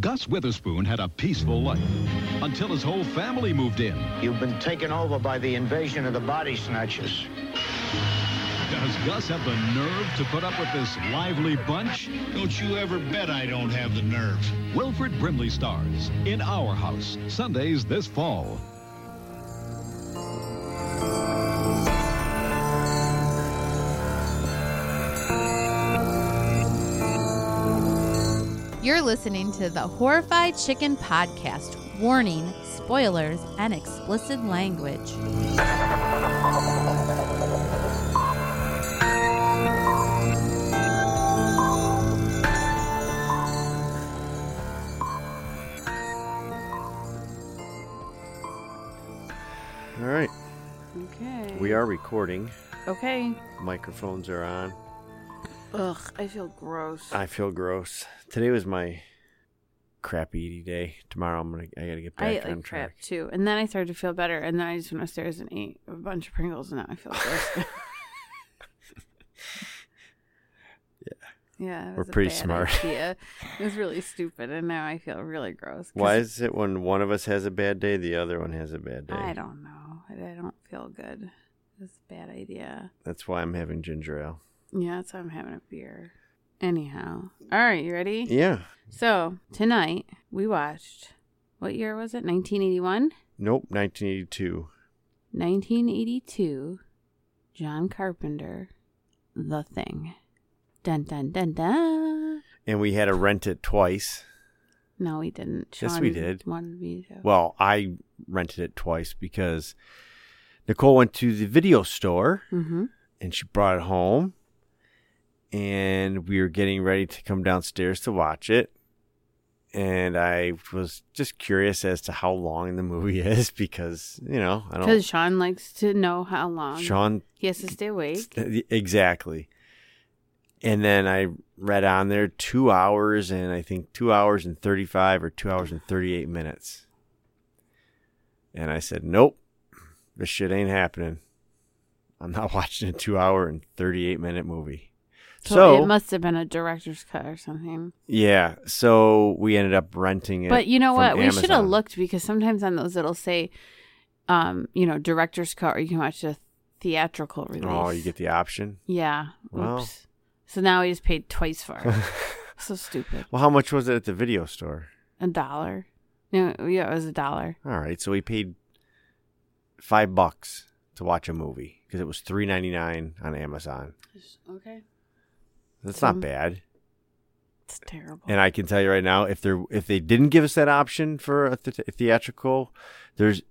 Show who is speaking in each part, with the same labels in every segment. Speaker 1: Gus Witherspoon had a peaceful life until his whole family moved in.
Speaker 2: You've been taken over by the invasion of the body snatchers.
Speaker 1: Does Gus have the nerve to put up with this lively bunch?
Speaker 3: Don't you ever bet I don't have the nerve.
Speaker 1: Wilfred Brimley stars in Our House, Sundays this fall.
Speaker 4: You're listening to the Horrified Chicken Podcast. Warning, spoilers, and explicit language.
Speaker 5: All right,
Speaker 6: Okay.
Speaker 5: we are recording.
Speaker 6: Okay.
Speaker 5: Microphones are on.
Speaker 6: Ugh, I feel gross.
Speaker 5: I feel gross. Today was my crappy eaty day. Tomorrow I'm gonna. I gotta get
Speaker 6: I
Speaker 5: back
Speaker 6: ate
Speaker 5: on
Speaker 6: like crap
Speaker 5: track.
Speaker 6: too, and then I started to feel better, and then I just went upstairs and ate a bunch of Pringles, and now I feel gross. yeah. Yeah. it
Speaker 5: We're
Speaker 6: was a
Speaker 5: pretty
Speaker 6: bad
Speaker 5: smart.
Speaker 6: Idea. It was really stupid, and now I feel really gross. 'cause
Speaker 5: Why is it when one of us has a bad day, the other one has a bad day?
Speaker 6: I don't know. I I don't feel good. It's a bad idea.
Speaker 5: That's why I'm having ginger ale.
Speaker 6: Yeah, that's why I'm having a beer. Anyhow, all right, you ready?
Speaker 5: Yeah.
Speaker 6: So tonight we watched. What year was it? 1981.
Speaker 5: Nope. 1982.
Speaker 6: 1982, John Carpenter, The Thing. Dun dun dun dun.
Speaker 5: And we had to rent it twice.
Speaker 6: No, we didn't.
Speaker 5: Yes, we did.
Speaker 6: Wanted me to.
Speaker 5: Well, I rented it twice because Nicole went to the video store
Speaker 6: hmm
Speaker 5: and she brought it home and we were getting ready to come downstairs to watch it and i was just curious as to how long the movie is because you know i
Speaker 6: Because
Speaker 5: don't
Speaker 6: Sean likes to know how long
Speaker 5: sean
Speaker 6: he has to stay awake.
Speaker 5: exactly and then i read on there two hours and i think two hours and 35 or two hours and 38 minutes and i said nope this shit ain't happening i'm not watching a two hour and 38 minute movie
Speaker 6: So, it must have been a director's cut or something.
Speaker 5: Yeah, so we ended up renting it.
Speaker 6: But you know
Speaker 5: from
Speaker 6: what? We should have
Speaker 5: Amazon.
Speaker 6: looked because sometimes on those it'll say, um, you know, director's cut or you can watch a theatrical release.
Speaker 5: Oh, you get the option.
Speaker 6: Yeah. Oops.
Speaker 5: Wow.
Speaker 6: So now he's paid twice for it. so stupid.
Speaker 5: Well, how much was it at the video store?
Speaker 6: A dollar. No, yeah, it was a dollar.
Speaker 5: All right, so we paid five bucks to watch a movie because it was three ninety nine on Amazon.
Speaker 6: Okay.
Speaker 5: That's not
Speaker 6: Mhm.
Speaker 5: bad.
Speaker 6: It's terrible.
Speaker 5: And I can tell you right now, if they if they didn't give us that option for a th- theatrical, there's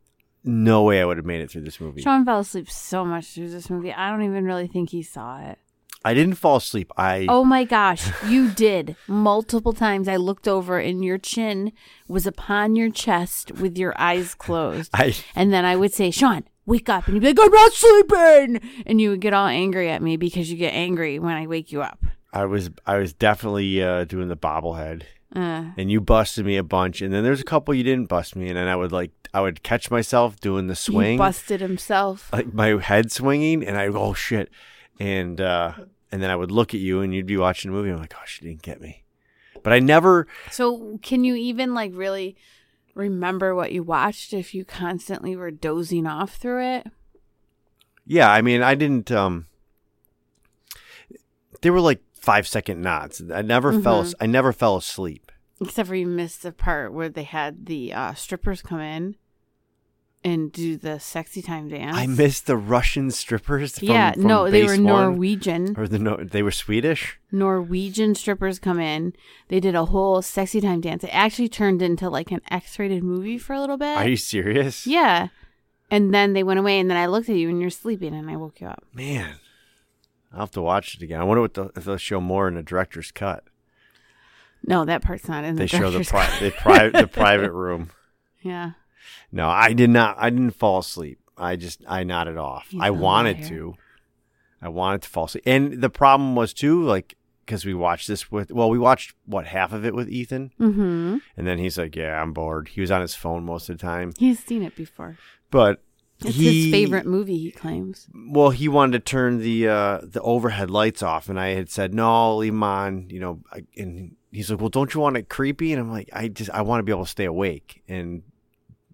Speaker 5: no way I would have made it through this movie.
Speaker 6: Sean fell asleep so much through this movie. I don't even really think he saw it.
Speaker 5: I didn't fall asleep. I
Speaker 6: Oh my gosh, you did. Multiple times I looked over and your chin was upon your chest with your eyes closed.
Speaker 5: I
Speaker 6: and then I would say, Sean, wake up. And you'd be like, I'm not sleeping. And you would get all angry at me because you get angry when I wake you up.
Speaker 5: I was I was definitely uh, doing the bobblehead.
Speaker 6: Uh,
Speaker 5: and you busted me a bunch and then there's a couple you didn't bust me and then i would like i would catch myself doing the
Speaker 6: He
Speaker 5: swing
Speaker 6: busted himself.
Speaker 5: like uh, my head swinging and i go oh shit and uh and then i would look at you and you'd be watching a movie and i'm like oh she didn't get me but i never
Speaker 6: So, can you even like really remember what you watched if you constantly were dozing off through it?
Speaker 5: yeah i mean i didn't um they were like five second nods i never
Speaker 6: Mm-hmm.
Speaker 5: fell as- i never fell asleep
Speaker 6: Except for you missed the part where they had the uh, strippers come in and do the sexy time dance.
Speaker 5: i missed the russian strippers from,
Speaker 6: yeah,
Speaker 5: from
Speaker 6: no, they were
Speaker 5: base one.
Speaker 6: Norwegian.
Speaker 5: or the no- they were swedish
Speaker 6: Norwegian strippers come in. They did a whole sexy time dance. It actually turned into like an X-rated movie for a little bit.
Speaker 5: are you serious
Speaker 6: yeah. And then they went away, and then I looked at you, and you're sleeping, and I woke you up.
Speaker 5: Man, I'll have to watch it again. I wonder what the, if they'll show more in the director's cut.
Speaker 6: No, that part's not in the
Speaker 5: they show the,
Speaker 6: director's
Speaker 5: pri-
Speaker 6: cut.
Speaker 5: the, pri- the private room.
Speaker 6: Yeah.
Speaker 5: No, I did not. I didn't fall asleep. I just I nodded off.
Speaker 6: He's
Speaker 5: I
Speaker 6: a
Speaker 5: wanted
Speaker 6: liar.
Speaker 5: to. I wanted to fall asleep, and the problem was too, like because we watched this with well, we watched what half of it with Ethan,
Speaker 6: Mm-hmm.
Speaker 5: and then he's like, "Yeah, I'm bored." He was on his phone most of the time,
Speaker 6: He's seen it before.
Speaker 5: but
Speaker 6: It's
Speaker 5: He-
Speaker 6: his favorite movie, he claims.
Speaker 5: Well, he wanted to turn the uh, the overhead lights off, and I had said no, I'll leave 'em on. You know, I- and he's like, "Well, don't you want it creepy?" And I'm like, "I just I want to be able to stay awake." And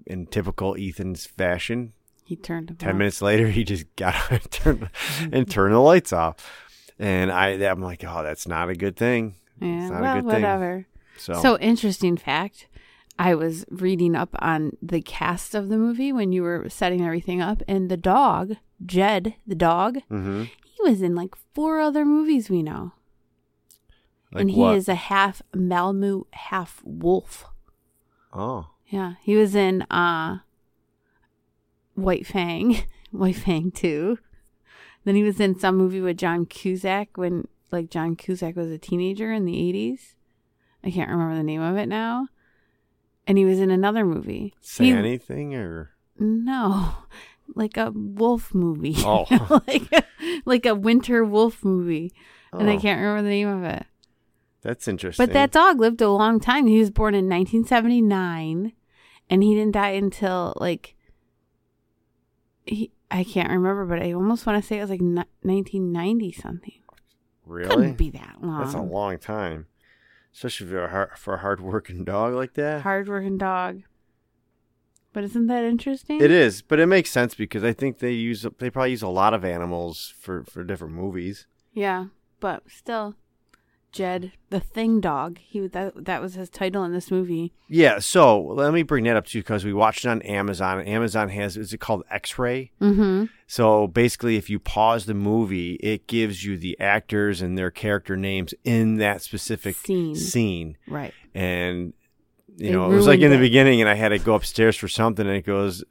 Speaker 5: in typical Ethan's fashion,
Speaker 6: He turned him
Speaker 5: Ten
Speaker 6: off.
Speaker 5: minutes later, he just got on and turned, and turned the lights off. And I, I'm like, oh, that's not a good thing.
Speaker 6: Yeah,
Speaker 5: it's not
Speaker 6: well,
Speaker 5: a good thing.
Speaker 6: whatever.
Speaker 5: So,
Speaker 6: So interesting fact. I was reading up on the cast of the movie when you were setting everything up, and the dog, Jed, the dog,
Speaker 5: mhm.
Speaker 6: he was in like four other movies we know.
Speaker 5: like
Speaker 6: and he
Speaker 5: what?
Speaker 6: is a half Malmu, half wolf.
Speaker 5: oh,
Speaker 6: Yeah, he was in uh White Fang, White Fang 2. Then he was in some movie with John Cusack when like John Cusack was a teenager in the 80s. I can't remember the name of it now. And he was in another movie.
Speaker 5: say
Speaker 6: He-
Speaker 5: anything or
Speaker 6: No. Like a wolf movie.
Speaker 5: Oh.
Speaker 6: like a, like a winter wolf movie. And I
Speaker 5: Oh.
Speaker 6: can't remember the name of it.
Speaker 5: that's interesting.
Speaker 6: But that dog lived a long time. He was born in 1979, and he didn't die until like he I can't remember, but I almost want to say it was like ni- 1990 something.
Speaker 5: really
Speaker 6: Couldn't be that long.
Speaker 5: that's a long time, especially for a hard, for a hardworking dog like that.
Speaker 6: Hardworking dog. But isn't that interesting?
Speaker 5: It is, but it makes sense because I think they use they probably use a lot of animals for for different movies.
Speaker 6: Yeah, but still, Jed, the thing dog. He was- that that was his title in this movie.
Speaker 5: Yeah, so let me bring that up to you because we watched it on Amazon. and Amazon has is it called X Ray?
Speaker 6: Mm-hmm.
Speaker 5: So basically, if you pause the movie, it gives you the actors and their character names in that specific
Speaker 6: Scene.
Speaker 5: scene.
Speaker 6: Right.
Speaker 5: And, you
Speaker 6: They
Speaker 5: know, it was like in
Speaker 6: ruined
Speaker 5: the
Speaker 6: it.
Speaker 5: beginning, and I had to go upstairs for something, and it goes,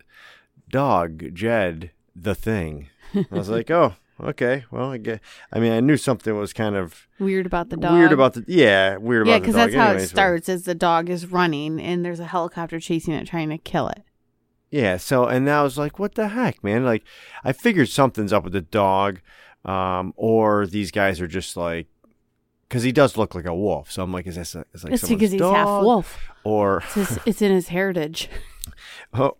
Speaker 5: Dog, Jed, the thing. I was like, oh, okay. Well, I, guess, I mean, I knew something was kind of
Speaker 6: Weird about the dog.
Speaker 5: weird about the, yeah, weird
Speaker 6: Yeah,
Speaker 5: about the
Speaker 6: because
Speaker 5: dog.
Speaker 6: that's how
Speaker 5: anyways,
Speaker 6: it
Speaker 5: but-
Speaker 6: starts. Is the dog is running and there's a helicopter chasing it, trying to kill it.
Speaker 5: Yeah, so and I was like, what the heck, man? Like I figured something's up with the dog um or these guys are just like cuz he does look like a wolf. So I'm like is this a, is like
Speaker 6: it's
Speaker 5: someone's
Speaker 6: because he's half
Speaker 5: dog?
Speaker 6: wolf.
Speaker 5: or
Speaker 6: It's, his, it's in his heritage.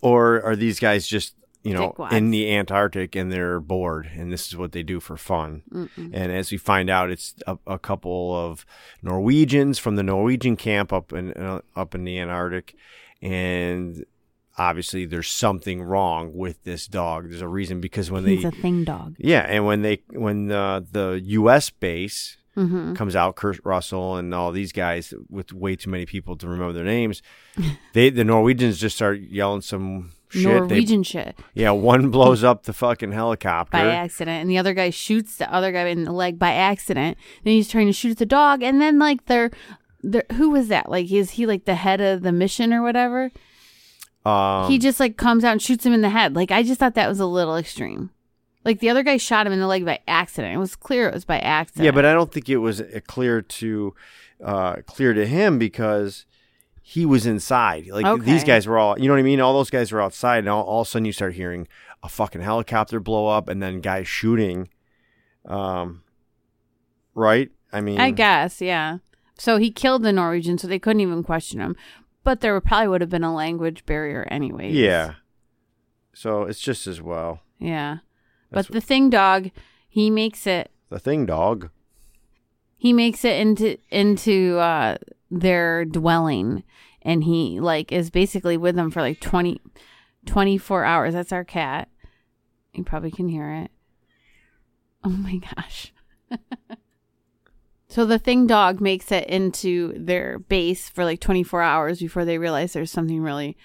Speaker 5: or are these guys just, you know,
Speaker 6: Dickwads.
Speaker 5: in the Antarctic and they're bored and this is what they do for fun. And as we find out it's a, a couple of Norwegians from the Norwegian camp up in uh, up in the Antarctic and obviously there's something wrong with this dog. There's a reason because when
Speaker 6: he's
Speaker 5: they
Speaker 6: a thing dog.
Speaker 5: yeah, and when they when the the U.S. base
Speaker 6: Mm-hmm.
Speaker 5: comes out, Kurt Russell and all these guys with way too many people to remember their names, they the Norwegians just start yelling some shit. They-
Speaker 6: Norwegian shit
Speaker 5: yeah, one blows up the fucking helicopter.
Speaker 6: by accident, and the other guy shoots the other guy in the leg by accident. Then he's trying to shoot at the dog, and then like they're, they're who was that? Like is he like the head of the mission or whatever?
Speaker 5: Um,
Speaker 6: he just like comes out and shoots him in the head. Like I just thought that was a little extreme. Like the other guy shot him in the leg by accident. It was clear it was by accident.
Speaker 5: yeah, but I don't think it was uh, clear to uh, clear to him because he was inside. Like these
Speaker 6: Okay.
Speaker 5: guys were all, you know what I mean? All those guys were outside, and all, all of a sudden you start hearing a fucking helicopter blow up, and then guys shooting. Um, right? I mean,
Speaker 6: I guess, yeah. So he killed the Norwegian, so they couldn't even question him. But there would- probably would have been a language barrier anyway.
Speaker 5: yeah. So it's just as well.
Speaker 6: Yeah.
Speaker 5: That's
Speaker 6: but the thing dog, he makes it
Speaker 5: The thing, dog.
Speaker 6: he makes it into into uh their dwelling and he like is basically with them for like 20 24 hours. That's our cat. You probably can hear it. Oh my gosh. so the thing dog makes it into their base for like 24 hours before they realize there's something really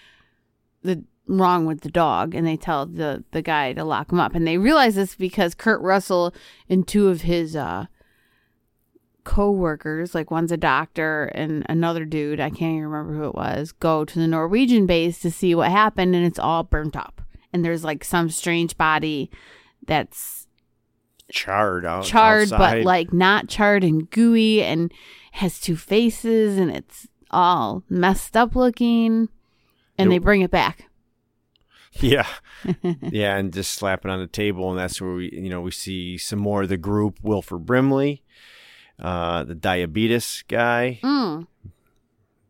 Speaker 6: the wrong with the dog and they tell the the guy to lock him up and they realize this because Kurt Russell and two of his uh co-workers like one's a doctor and another dude i can't even remember who it was go to the norwegian base to see what happened and it's all burnt up and there's like some strange body that's
Speaker 5: Charred out.
Speaker 6: charred
Speaker 5: Oh, outside.
Speaker 6: but like not charred and gooey and has two faces and it's all messed up looking and they
Speaker 5: It-
Speaker 6: bring it back
Speaker 5: Yeah. yeah, and just slap it on the table, and that's where we, you know, we see some more of the group. Wilford Brimley, uh, the diabetes guy,
Speaker 6: mm.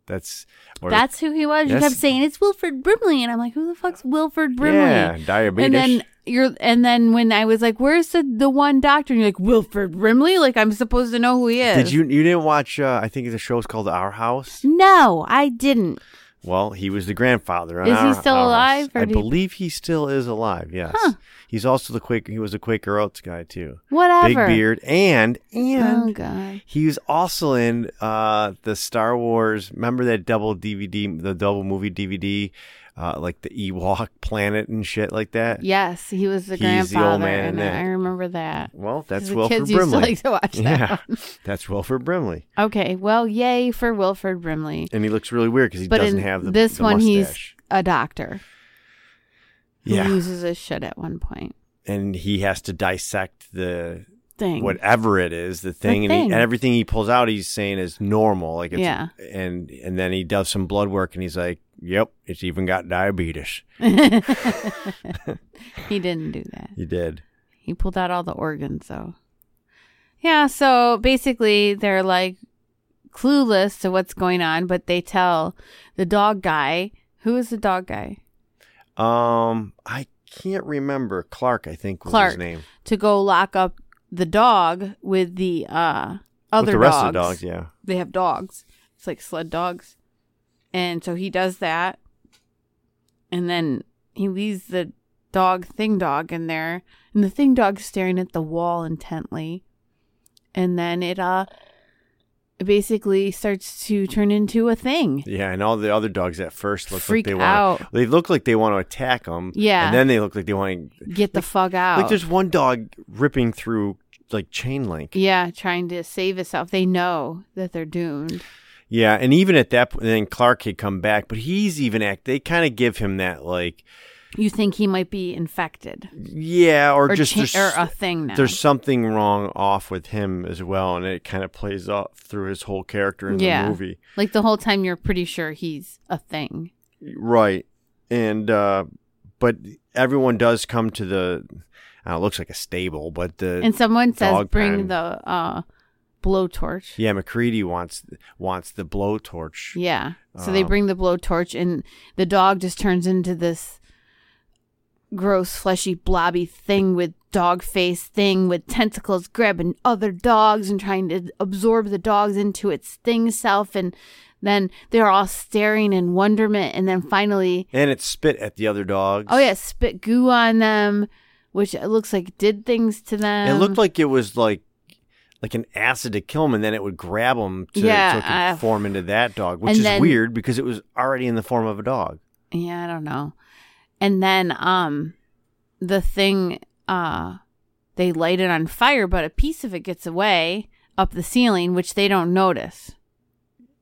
Speaker 5: That's or
Speaker 6: That's who he was. You
Speaker 5: Yes.
Speaker 6: kept saying it's Wilford Brimley, and I'm like, who the fuck's Wilford Brimley?
Speaker 5: Yeah, diabetes.
Speaker 6: And then you're, and then when I was like, where's the the one doctor? And you're like, Wilford Brimley. Like I'm supposed to know who he is.
Speaker 5: Did you you didn't watch? Uh, I think the show's called Our House.
Speaker 6: No, I didn't.
Speaker 5: Well, he was the grandfather. on
Speaker 6: Is he
Speaker 5: Our-
Speaker 6: still
Speaker 5: Our House.
Speaker 6: alive, or
Speaker 5: I
Speaker 6: did-
Speaker 5: believe he still is alive. Yes,
Speaker 6: Huh.
Speaker 5: he's also the Quaker. He was a Quaker Oats guy too.
Speaker 6: Whatever.
Speaker 5: Big beard and
Speaker 6: Oh
Speaker 5: and
Speaker 6: God.
Speaker 5: he was also in uh, the Star Wars. Remember that double DVD, the double movie DVD, uh, like the Ewok planet and shit like that.
Speaker 6: Yes, he was the
Speaker 5: He's the old
Speaker 6: grandfather,
Speaker 5: man in
Speaker 6: and
Speaker 5: that.
Speaker 6: I remember that.
Speaker 5: Well, that's
Speaker 6: the
Speaker 5: Wilford
Speaker 6: kids
Speaker 5: Brimley.
Speaker 6: used to like to watch that.
Speaker 5: yeah, that's Wilford Brimley,
Speaker 6: Okay, well, yay for Wilford Brimley.
Speaker 5: and he looks really weird because he
Speaker 6: but
Speaker 5: doesn't
Speaker 6: in
Speaker 5: have the
Speaker 6: this
Speaker 5: the
Speaker 6: one,
Speaker 5: mustache.
Speaker 6: he's a doctor who
Speaker 5: yeah,
Speaker 6: loses his shit at one point.
Speaker 5: and he has to dissect the
Speaker 6: Thing.
Speaker 5: whatever it is the thing, and, he,
Speaker 6: thing.
Speaker 5: and everything he pulls out he's saying is normal like it's,
Speaker 6: Yeah.
Speaker 5: and and then he does some blood work and he's like yep it's even got diabetes
Speaker 6: He didn't do that.
Speaker 5: he did
Speaker 6: He pulled out all the organs, though. Yeah, so basically they're like clueless to what's going on, but they tell the dog guy. Who is the dog guy?
Speaker 5: um i can't remember clark i think was
Speaker 6: Clark.
Speaker 5: his name
Speaker 6: To go lock up the dog with the uh, other
Speaker 5: with the rest of the
Speaker 6: dogs.
Speaker 5: dogs yeah
Speaker 6: they have dogs. It's like sled dogs. And so he does that. And then he leaves the dog thing dog in there. And the thing dog's staring at the wall intently. And then it uh it basically starts to turn into a thing.
Speaker 5: yeah and all the other dogs at first look
Speaker 6: Freak
Speaker 5: like they
Speaker 6: out.
Speaker 5: want they look like they want to attack him
Speaker 6: Yeah.
Speaker 5: and then they look like they want to
Speaker 6: Get the fuck out.
Speaker 5: like there's one dog ripping through like chain link
Speaker 6: yeah, trying to save itself. They know that they're doomed.
Speaker 5: Yeah, and even at that point, then Clark had come back, but he's even act. They kind of give him that like,
Speaker 6: You think he might be infected
Speaker 5: yeah, or, just
Speaker 6: cha-
Speaker 5: there's,
Speaker 6: or a thing now.
Speaker 5: there's something wrong off with him as well, and it kind of plays off through his whole character in the movie,
Speaker 6: Like the whole time you're pretty sure he's a thing.
Speaker 5: right? And uh but everyone does come to the. Uh, it looks like a stable, but the
Speaker 6: And someone says
Speaker 5: dog
Speaker 6: bring
Speaker 5: pen.
Speaker 6: the uh blowtorch.
Speaker 5: yeah McCready wants wants the blowtorch.
Speaker 6: Yeah. So they
Speaker 5: Um,
Speaker 6: bring the blowtorch and the dog just turns into this gross fleshy blobby thing with dog face thing with tentacles grabbing other dogs and trying to absorb the dogs into its thing self and then they're all staring in wonderment and then finally
Speaker 5: And it spit at the other dogs.
Speaker 6: oh yeah spit goo on them which it looks like did things to them
Speaker 5: It looked like it was like like an acid to kill him, and then it would grab him to,
Speaker 6: Yeah,
Speaker 5: so it could
Speaker 6: uh,
Speaker 5: form into that dog, which
Speaker 6: and
Speaker 5: is
Speaker 6: then-
Speaker 5: weird because it was already in the form of a dog.
Speaker 6: yeah i don't know and then um the thing uh they light it on fire but a piece of it gets away up the ceiling which they don't notice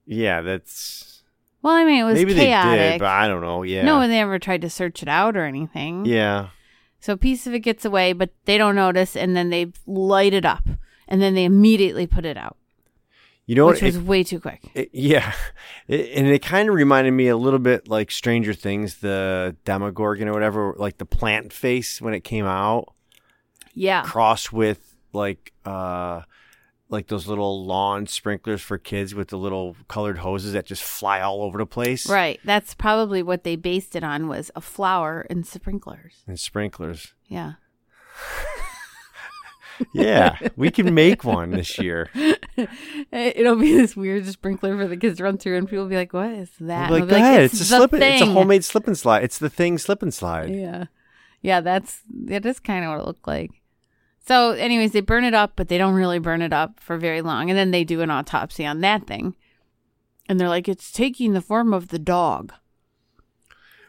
Speaker 5: Yeah, that's
Speaker 6: well i mean it was
Speaker 5: maybe
Speaker 6: chaotic
Speaker 5: they did, but I don't know. Yeah,
Speaker 6: no one ever tried to search it out or anything
Speaker 5: yeah,
Speaker 6: so a piece of it gets away but they don't notice and then they light it up and then they immediately put it out
Speaker 5: you know
Speaker 6: which
Speaker 5: what?
Speaker 6: was
Speaker 5: It-
Speaker 6: way too quick
Speaker 5: it- yeah, it, and it kind of reminded me a little bit like Stranger Things, the Demogorgon or whatever, like the plant face when it came out,
Speaker 6: yeah
Speaker 5: crossed with like uh like those little lawn sprinklers for kids with the little colored hoses that just fly all over the place.
Speaker 6: right that's probably what they based it on was a flower and sprinklers
Speaker 5: and sprinklers.
Speaker 6: yeah
Speaker 5: Yeah, we can make one this year.
Speaker 6: It'll be this weird sprinkler for the kids to run through, and people will be like, "What is that?"
Speaker 5: We'll be like,
Speaker 6: And I'll
Speaker 5: go
Speaker 6: be
Speaker 5: ahead. It's, a
Speaker 6: the
Speaker 5: slip. It's a
Speaker 6: thing."
Speaker 5: homemade slip and slide. It's the thing slip and slide.
Speaker 6: Yeah, yeah. That's that is kind of what it looked like. So, anyways, they burn it up, but they don't really burn it up for very long, and then they do an autopsy on that thing, and they're like, "It's taking the form of the dog,"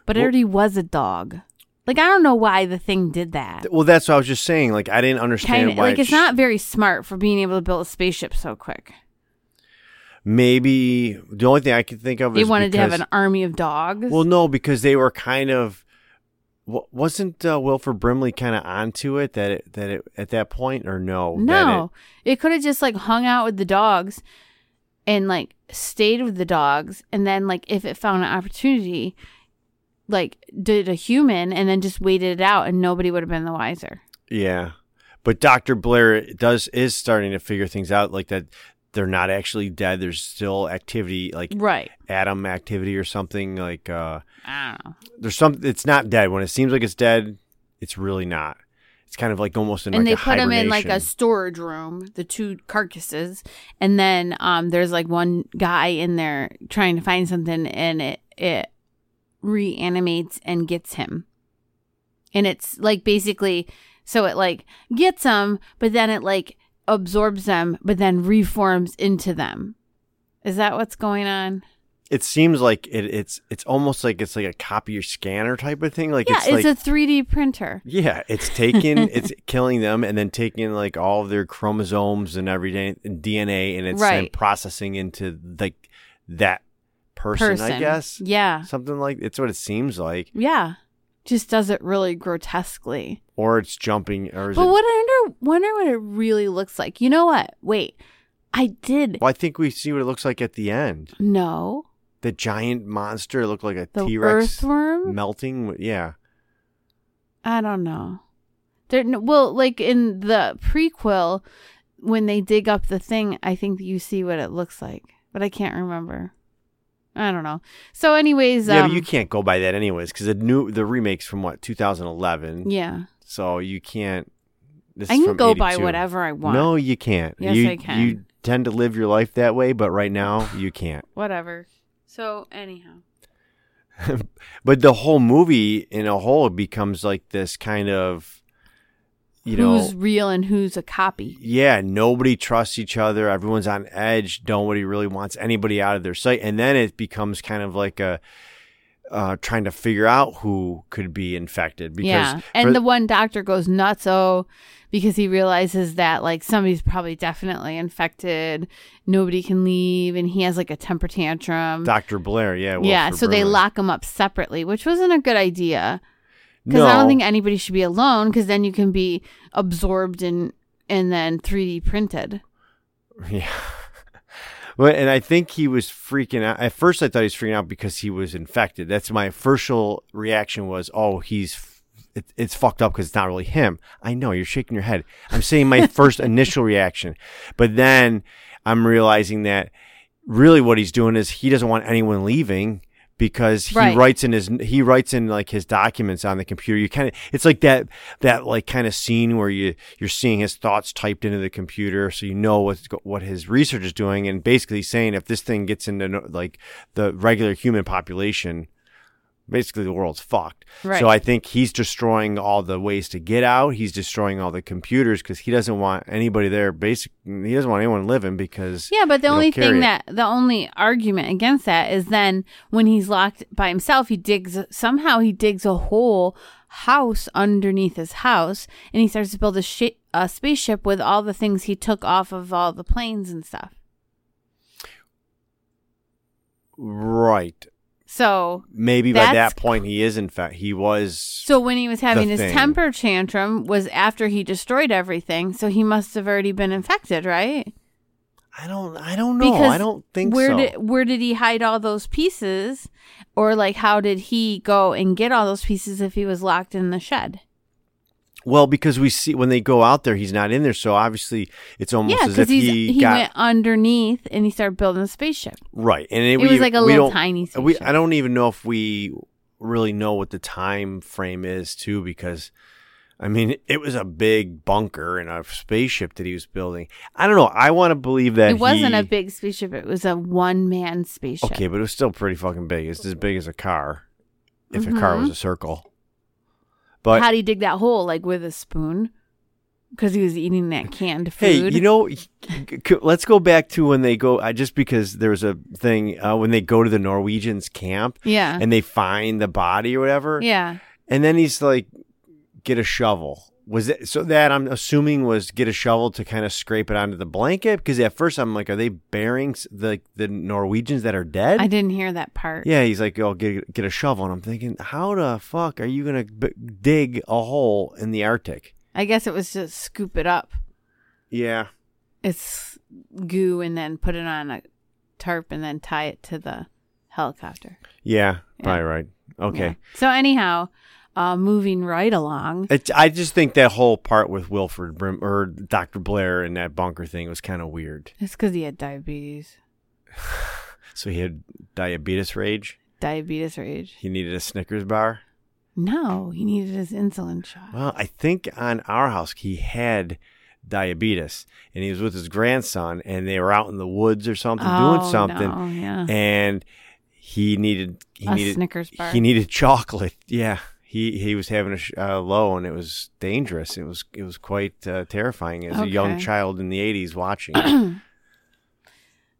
Speaker 6: but it
Speaker 5: Well-
Speaker 6: already was a dog. Like I don't know why the thing did that.
Speaker 5: Th- Well, that's what I was just saying. Like I didn't understand
Speaker 6: Kind of
Speaker 5: why.
Speaker 6: like
Speaker 5: it
Speaker 6: it's
Speaker 5: sh-
Speaker 6: not very smart for being able to build a spaceship so quick.
Speaker 5: Maybe the only thing I could think of
Speaker 6: They
Speaker 5: is
Speaker 6: wanted to have
Speaker 5: because-
Speaker 6: an army of dogs.
Speaker 5: Well, no, because they were kind of. wa- Wasn't uh, Wilford Brimley kind of onto it that it that it at that point or no? that
Speaker 6: No, it, could have just like hung out with the dogs and like stayed with the dogs. And then, like, if it found an opportunity, like, did a human and then just waited it out and nobody would have been the wiser.
Speaker 5: it- yeah, but Doctor Blair does is starting to figure things out like that. they're not actually dead. There's still activity, like
Speaker 6: Right.
Speaker 5: atom activity or something. Like uh,
Speaker 6: I don't know.
Speaker 5: there's some. It's not dead. When it seems like it's dead, it's really not. It's kind of like almost in
Speaker 6: and
Speaker 5: like
Speaker 6: they put them in like a
Speaker 5: hibernation.
Speaker 6: storage room, the two carcasses, and then um, there's like one guy in there trying to find something, and it it reanimates and gets him, and it's like basically so it like gets them, but then it like absorbs them, but then reforms into them. Is that what's going on?
Speaker 5: It seems like it, it's it's almost like it's like a copier scanner type of thing. Like
Speaker 6: yeah,
Speaker 5: it's,
Speaker 6: it's,
Speaker 5: like
Speaker 6: a 3D printer.
Speaker 5: Yeah, it's taking, it's killing them, and then taking like all of their chromosomes and everything, and DNA, and it's then
Speaker 6: Right.
Speaker 5: processing into like that person, I guess.
Speaker 6: Yeah.
Speaker 5: Something like it's what it seems like,
Speaker 6: Yeah. Just does it really grotesquely.
Speaker 5: or it's jumping, or is
Speaker 6: But
Speaker 5: it?
Speaker 6: what I wonder, wonder what it really looks like. You know what? Wait, I did
Speaker 5: well, I think we see what it looks like at the end.
Speaker 6: know
Speaker 5: The giant monster looked like a
Speaker 6: the
Speaker 5: T Rex
Speaker 6: earthworm.
Speaker 5: melting. with- Yeah,
Speaker 6: I don't know. There, no- well, like in the prequel, when they dig up the thing, I think you see what it looks like, but I can't remember. I don't know. So, anyways,
Speaker 5: yeah.
Speaker 6: um,
Speaker 5: But you can't go by that anyways, because the new the remakes from what 2011.
Speaker 6: yeah,
Speaker 5: So you can't. This
Speaker 6: I
Speaker 5: is
Speaker 6: can
Speaker 5: from
Speaker 6: go by
Speaker 5: 82.
Speaker 6: whatever I want.
Speaker 5: No, you can't.
Speaker 6: Yes,
Speaker 5: you,
Speaker 6: I can.
Speaker 5: You tend to live your life that way, but right now you can't.
Speaker 6: whatever. So, anyhow,
Speaker 5: But the whole movie in a whole becomes like this kind of, you know,
Speaker 6: who's real and who's a copy?
Speaker 5: yeah, nobody trusts each other. Everyone's on edge. Nobody really wants anybody out of their sight. And then it becomes kind of like a uh, trying to figure out who could be infected because
Speaker 6: yeah, and
Speaker 5: for-
Speaker 6: the one doctor goes nuts oh because he realizes that like somebody's probably definitely infected. Nobody can leave, and he has like a temper tantrum.
Speaker 5: Dr. Blair, yeah,
Speaker 6: yeah,
Speaker 5: Wilfred
Speaker 6: so they
Speaker 5: Brimley.
Speaker 6: lock him up separately, which wasn't a good idea because I
Speaker 5: No.
Speaker 6: don't think anybody should be alone because then you can be absorbed and and then 3D printed.
Speaker 5: Yeah. Well, and I think he was freaking out. At first, I thought he was freaking out because he was infected. That's my first reaction was, "Oh, he's f- it, it's fucked up because it's not really him." I know you're shaking your head. I'm saying my first initial reaction, but then I'm realizing that really what he's doing is he doesn't want anyone leaving because he
Speaker 6: Right.
Speaker 5: writes in his he writes in like his documents on the computer you kind of it's like that that like kind of scene where you you're seeing his thoughts typed into the computer so you know what's go- what his research is doing and basically saying if this thing gets into no- like the regular human population basically the world's fucked
Speaker 6: Right.
Speaker 5: so i think he's destroying all the ways to get out he's destroying all the computers because he doesn't want anybody there basic he doesn't want anyone living because
Speaker 6: Yeah, but the
Speaker 5: they don't
Speaker 6: only
Speaker 5: carry
Speaker 6: thing
Speaker 5: it.
Speaker 6: that the only argument against that is then when he's locked by himself, he digs somehow he digs a whole house underneath his house, and he starts to build a, shi a spaceship with all the things he took off of all the planes and stuff.
Speaker 5: right
Speaker 6: So
Speaker 5: maybe by
Speaker 6: That's
Speaker 5: that point he is in fact he was
Speaker 6: So when he was having his
Speaker 5: thing.
Speaker 6: temper tantrum was after he destroyed everything, so he must have already been infected, right?
Speaker 5: i don't i don't know i don't think
Speaker 6: where
Speaker 5: so
Speaker 6: did where did he hide all those pieces, or like how did he go and get all those pieces if he was locked in the shed?
Speaker 5: well because we see when they go out there he's not in there so obviously it's almost
Speaker 6: yeah,
Speaker 5: as if
Speaker 6: because
Speaker 5: he,
Speaker 6: he he
Speaker 5: got
Speaker 6: went underneath and he started building a spaceship.
Speaker 5: right and
Speaker 6: It
Speaker 5: we-
Speaker 6: was like a
Speaker 5: we
Speaker 6: little
Speaker 5: don't-
Speaker 6: tiny
Speaker 5: we,
Speaker 6: spaceship.
Speaker 5: i don't even know if we really know what the time frame is too because i mean it was a big bunker and a spaceship that he was building i don't know i want to believe that
Speaker 6: It wasn't
Speaker 5: he-
Speaker 6: a big spaceship; it was a one man spaceship.
Speaker 5: okay but it was still pretty fucking big it's as big as a car if a car
Speaker 6: Mm-hmm.
Speaker 5: was a circle but
Speaker 6: how do you dig that hole? Like with a spoon? Because he was eating that canned
Speaker 5: Hey,
Speaker 6: food.
Speaker 5: you know, c- c- let's go back to when they go. I just because there was a thing uh, when they go to the Norwegians camp
Speaker 6: Yeah.
Speaker 5: and they find the body or whatever,
Speaker 6: yeah.
Speaker 5: and then he's like, "Get a shovel." Was it so that I'm assuming was get a shovel to kind of scrape it onto the blanket? Because at first I'm like, "Are they burying s- the the Norwegians that are dead?"
Speaker 6: I didn't hear that part.
Speaker 5: Yeah, he's like, "Oh, get get a shovel," and I'm thinking, "How the fuck are you gonna b- dig a hole in the Arctic?"
Speaker 6: I guess it was just scoop it up.
Speaker 5: Yeah,
Speaker 6: It's goo and then put it on a tarp and then tie it to the helicopter.
Speaker 5: yeah,
Speaker 6: Yeah.
Speaker 5: probably right. Okay.
Speaker 6: Yeah. So anyhow, uh, moving right along.
Speaker 5: It, I just think that whole part with Wilford Brim or Dr. Blair and that bunker thing was kind of weird.
Speaker 6: That's because he had diabetes,
Speaker 5: So he had diabetes rage.
Speaker 6: diabetes rage.
Speaker 5: He needed a Snickers bar.
Speaker 6: No, he needed his insulin shot.
Speaker 5: Well, I think on our house he had diabetes, and he was with his grandson, and they were out in the woods or something doing
Speaker 6: Oh,
Speaker 5: something,
Speaker 6: no, yeah.
Speaker 5: and he needed he
Speaker 6: A
Speaker 5: needed
Speaker 6: Snickers bar.
Speaker 5: He needed chocolate. Yeah, he he was having a sh- uh, low, and it was dangerous. It was it was quite uh, terrifying as a young
Speaker 6: Okay.
Speaker 5: child in the eighties watching.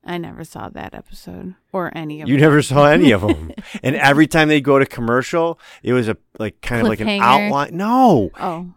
Speaker 6: I never saw that episode or any of
Speaker 5: You
Speaker 6: it.
Speaker 5: never saw any of them. and every time they go to commercial, it was a like kind of like an
Speaker 4: Cliffhanger.
Speaker 5: outline. No,
Speaker 6: Oh,